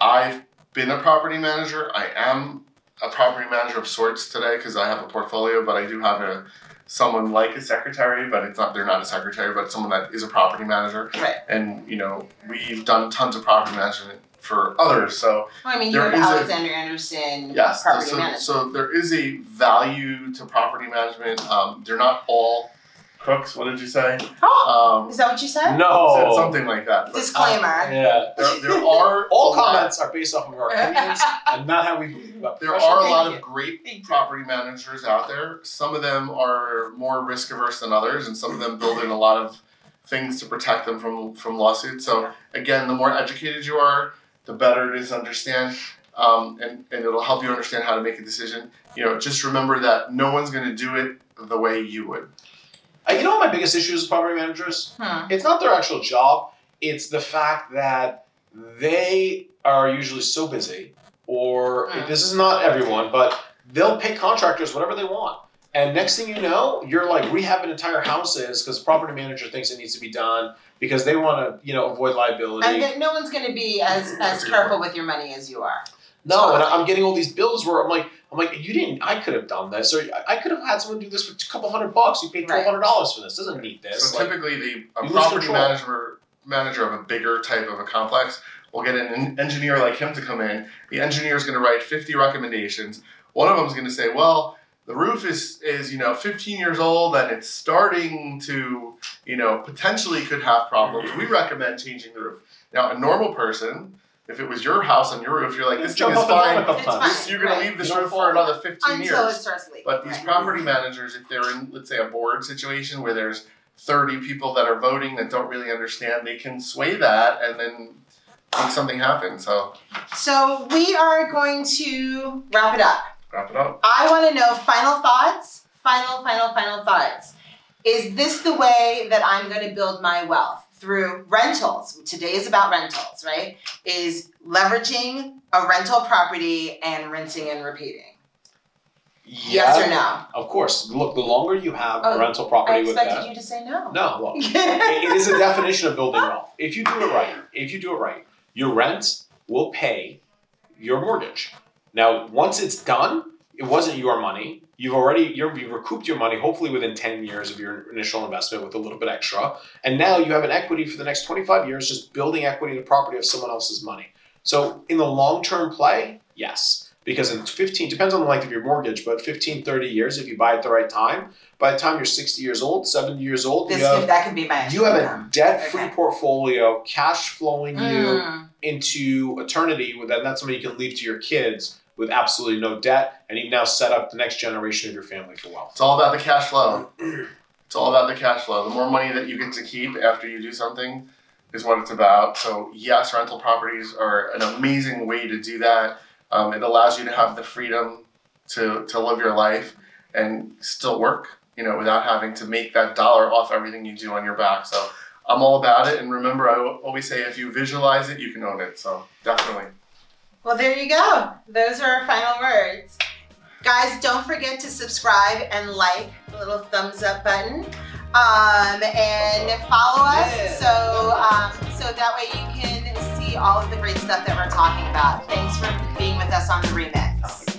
Speaker 2: I've been a property manager. I am a property manager of sorts today because I have a portfolio, but I do have a someone like a secretary, but it's not they're not a secretary, but someone that is a property manager.
Speaker 1: Right.
Speaker 2: And you know, we've done tons of property management for others. So
Speaker 1: Well, I mean, you
Speaker 2: There
Speaker 1: have
Speaker 2: is a-
Speaker 1: Alexander Anderson,
Speaker 2: yes,
Speaker 1: property
Speaker 2: so,
Speaker 1: management.
Speaker 2: so there is a value to property management. Um, they're not all crooks. What did you say?
Speaker 1: Oh,
Speaker 2: Um,
Speaker 1: is that what you said?
Speaker 2: said
Speaker 3: No.
Speaker 2: something like that. but- um,
Speaker 1: Disclaimer.
Speaker 3: Yeah.
Speaker 2: there, there are
Speaker 3: All
Speaker 2: a lot-
Speaker 3: comments are based off of our opinions and not how we believe about
Speaker 2: there are a
Speaker 1: Thank
Speaker 2: lot
Speaker 1: you.
Speaker 2: of great
Speaker 1: Thank you.
Speaker 2: property managers out there. Some of them are more risk averse than others, and some of them build in a lot of things to protect them from from lawsuits. So again, the more educated you are, the better it is to understand. Um, and, and it'll help you understand how to make a decision. You know, just remember that no one's going to do it the way you would.
Speaker 3: Uh, you know what my biggest issue is with property managers?
Speaker 1: Hmm.
Speaker 3: It's not their actual job. It's the fact that they are usually so busy, or
Speaker 1: Mm.
Speaker 3: this is not everyone, but they'll pay contractors whatever they want. And next thing you know, you're like rehabbing entire houses because the property manager thinks it needs to be done because they want to, you know, avoid liability.
Speaker 1: And that no one's going to be as as careful with your money as you are.
Speaker 3: No, and I- I'm getting all these bills where I'm like, I'm like, you didn't. I could have done this, or I- I could have had someone do this for a couple hundred bucks. You paid
Speaker 1: Right.
Speaker 3: twelve hundred dollars for this. Doesn't need this.
Speaker 2: So
Speaker 3: Like,
Speaker 2: typically, the
Speaker 3: You
Speaker 2: a
Speaker 3: lose
Speaker 2: property
Speaker 3: control.
Speaker 2: manager manager of a bigger type of a complex will get an en- engineer like him to come in. The engineer is going to write fifty recommendations. One of them is going to say, "Well, the roof is is you know fifteen years old and it's starting to you know potentially could have problems. We recommend changing the roof." Now, a normal person, if it was your house on your roof, you're like, "This thing
Speaker 3: jump
Speaker 2: is
Speaker 3: up and down a
Speaker 2: fine.
Speaker 3: couple
Speaker 1: It's
Speaker 3: times.
Speaker 1: fine.
Speaker 2: This, you're going
Speaker 1: Right.
Speaker 2: to leave this
Speaker 3: Your
Speaker 2: roof
Speaker 3: fault.
Speaker 2: for another fifteen years."
Speaker 1: Until it starts leaking.
Speaker 2: But these
Speaker 1: Right.
Speaker 2: property managers, if they're in, let's say, a board situation where there's 30 people that are voting that don't really understand, they can sway that and then make something happen. So
Speaker 1: So we are going to wrap it up.
Speaker 2: wrap it up.
Speaker 1: I want to know final thoughts. Final, final, final thoughts. Is this the way that I'm going to build my wealth through rentals? Today is about rentals, right? Is leveraging a rental property and renting and repeating. Yes or no?
Speaker 3: Of course. Look, the longer you have
Speaker 1: Oh,
Speaker 3: a rental
Speaker 1: I
Speaker 3: property with
Speaker 1: expected
Speaker 3: that,
Speaker 1: you to say no.
Speaker 3: no, look, it it is a definition of building wealth. If you do it right, if you do it right, your rent will pay your mortgage. Now, once it's done, it wasn't your money. You've already you're, you've recouped your money, hopefully within ten years of your initial investment, with a little bit extra, and now you have an equity for the next twenty five years, just building equity in the property of someone else's money. So, in the long term play, yes, because in fifteen depends on the length of your mortgage, but 15, 30 years if you buy at the right time. By the time you're sixty years old, seventy years old,
Speaker 1: this
Speaker 3: you have
Speaker 1: could, that could be my
Speaker 3: you have
Speaker 1: income.
Speaker 3: a debt-free
Speaker 1: Okay.
Speaker 3: portfolio, cash flowing you
Speaker 1: Mm.
Speaker 3: into eternity, with- and that's something you can leave to your kids with absolutely no debt, and you've now set up the next generation of your family for wealth.
Speaker 2: It's all about the cash flow. It's all about the cash flow. The more money that you get to keep after you do something is what it's about. So, yes, rental properties are an amazing way to do that. Um, it allows you to have the freedom to, to live your life and still work, you know, without having to make that dollar off everything you do on your back. So, I'm all about it. And remember, I al- always say if you visualize it, you can own it. So, definitely.
Speaker 1: Well, there you go. Those are our final words. Guys, don't forget to subscribe and like the little thumbs up button. Um, and follow us
Speaker 4: Yeah.
Speaker 1: so um, so that way you can see all of the great stuff that we're talking about. Thanks for being with us on the remix.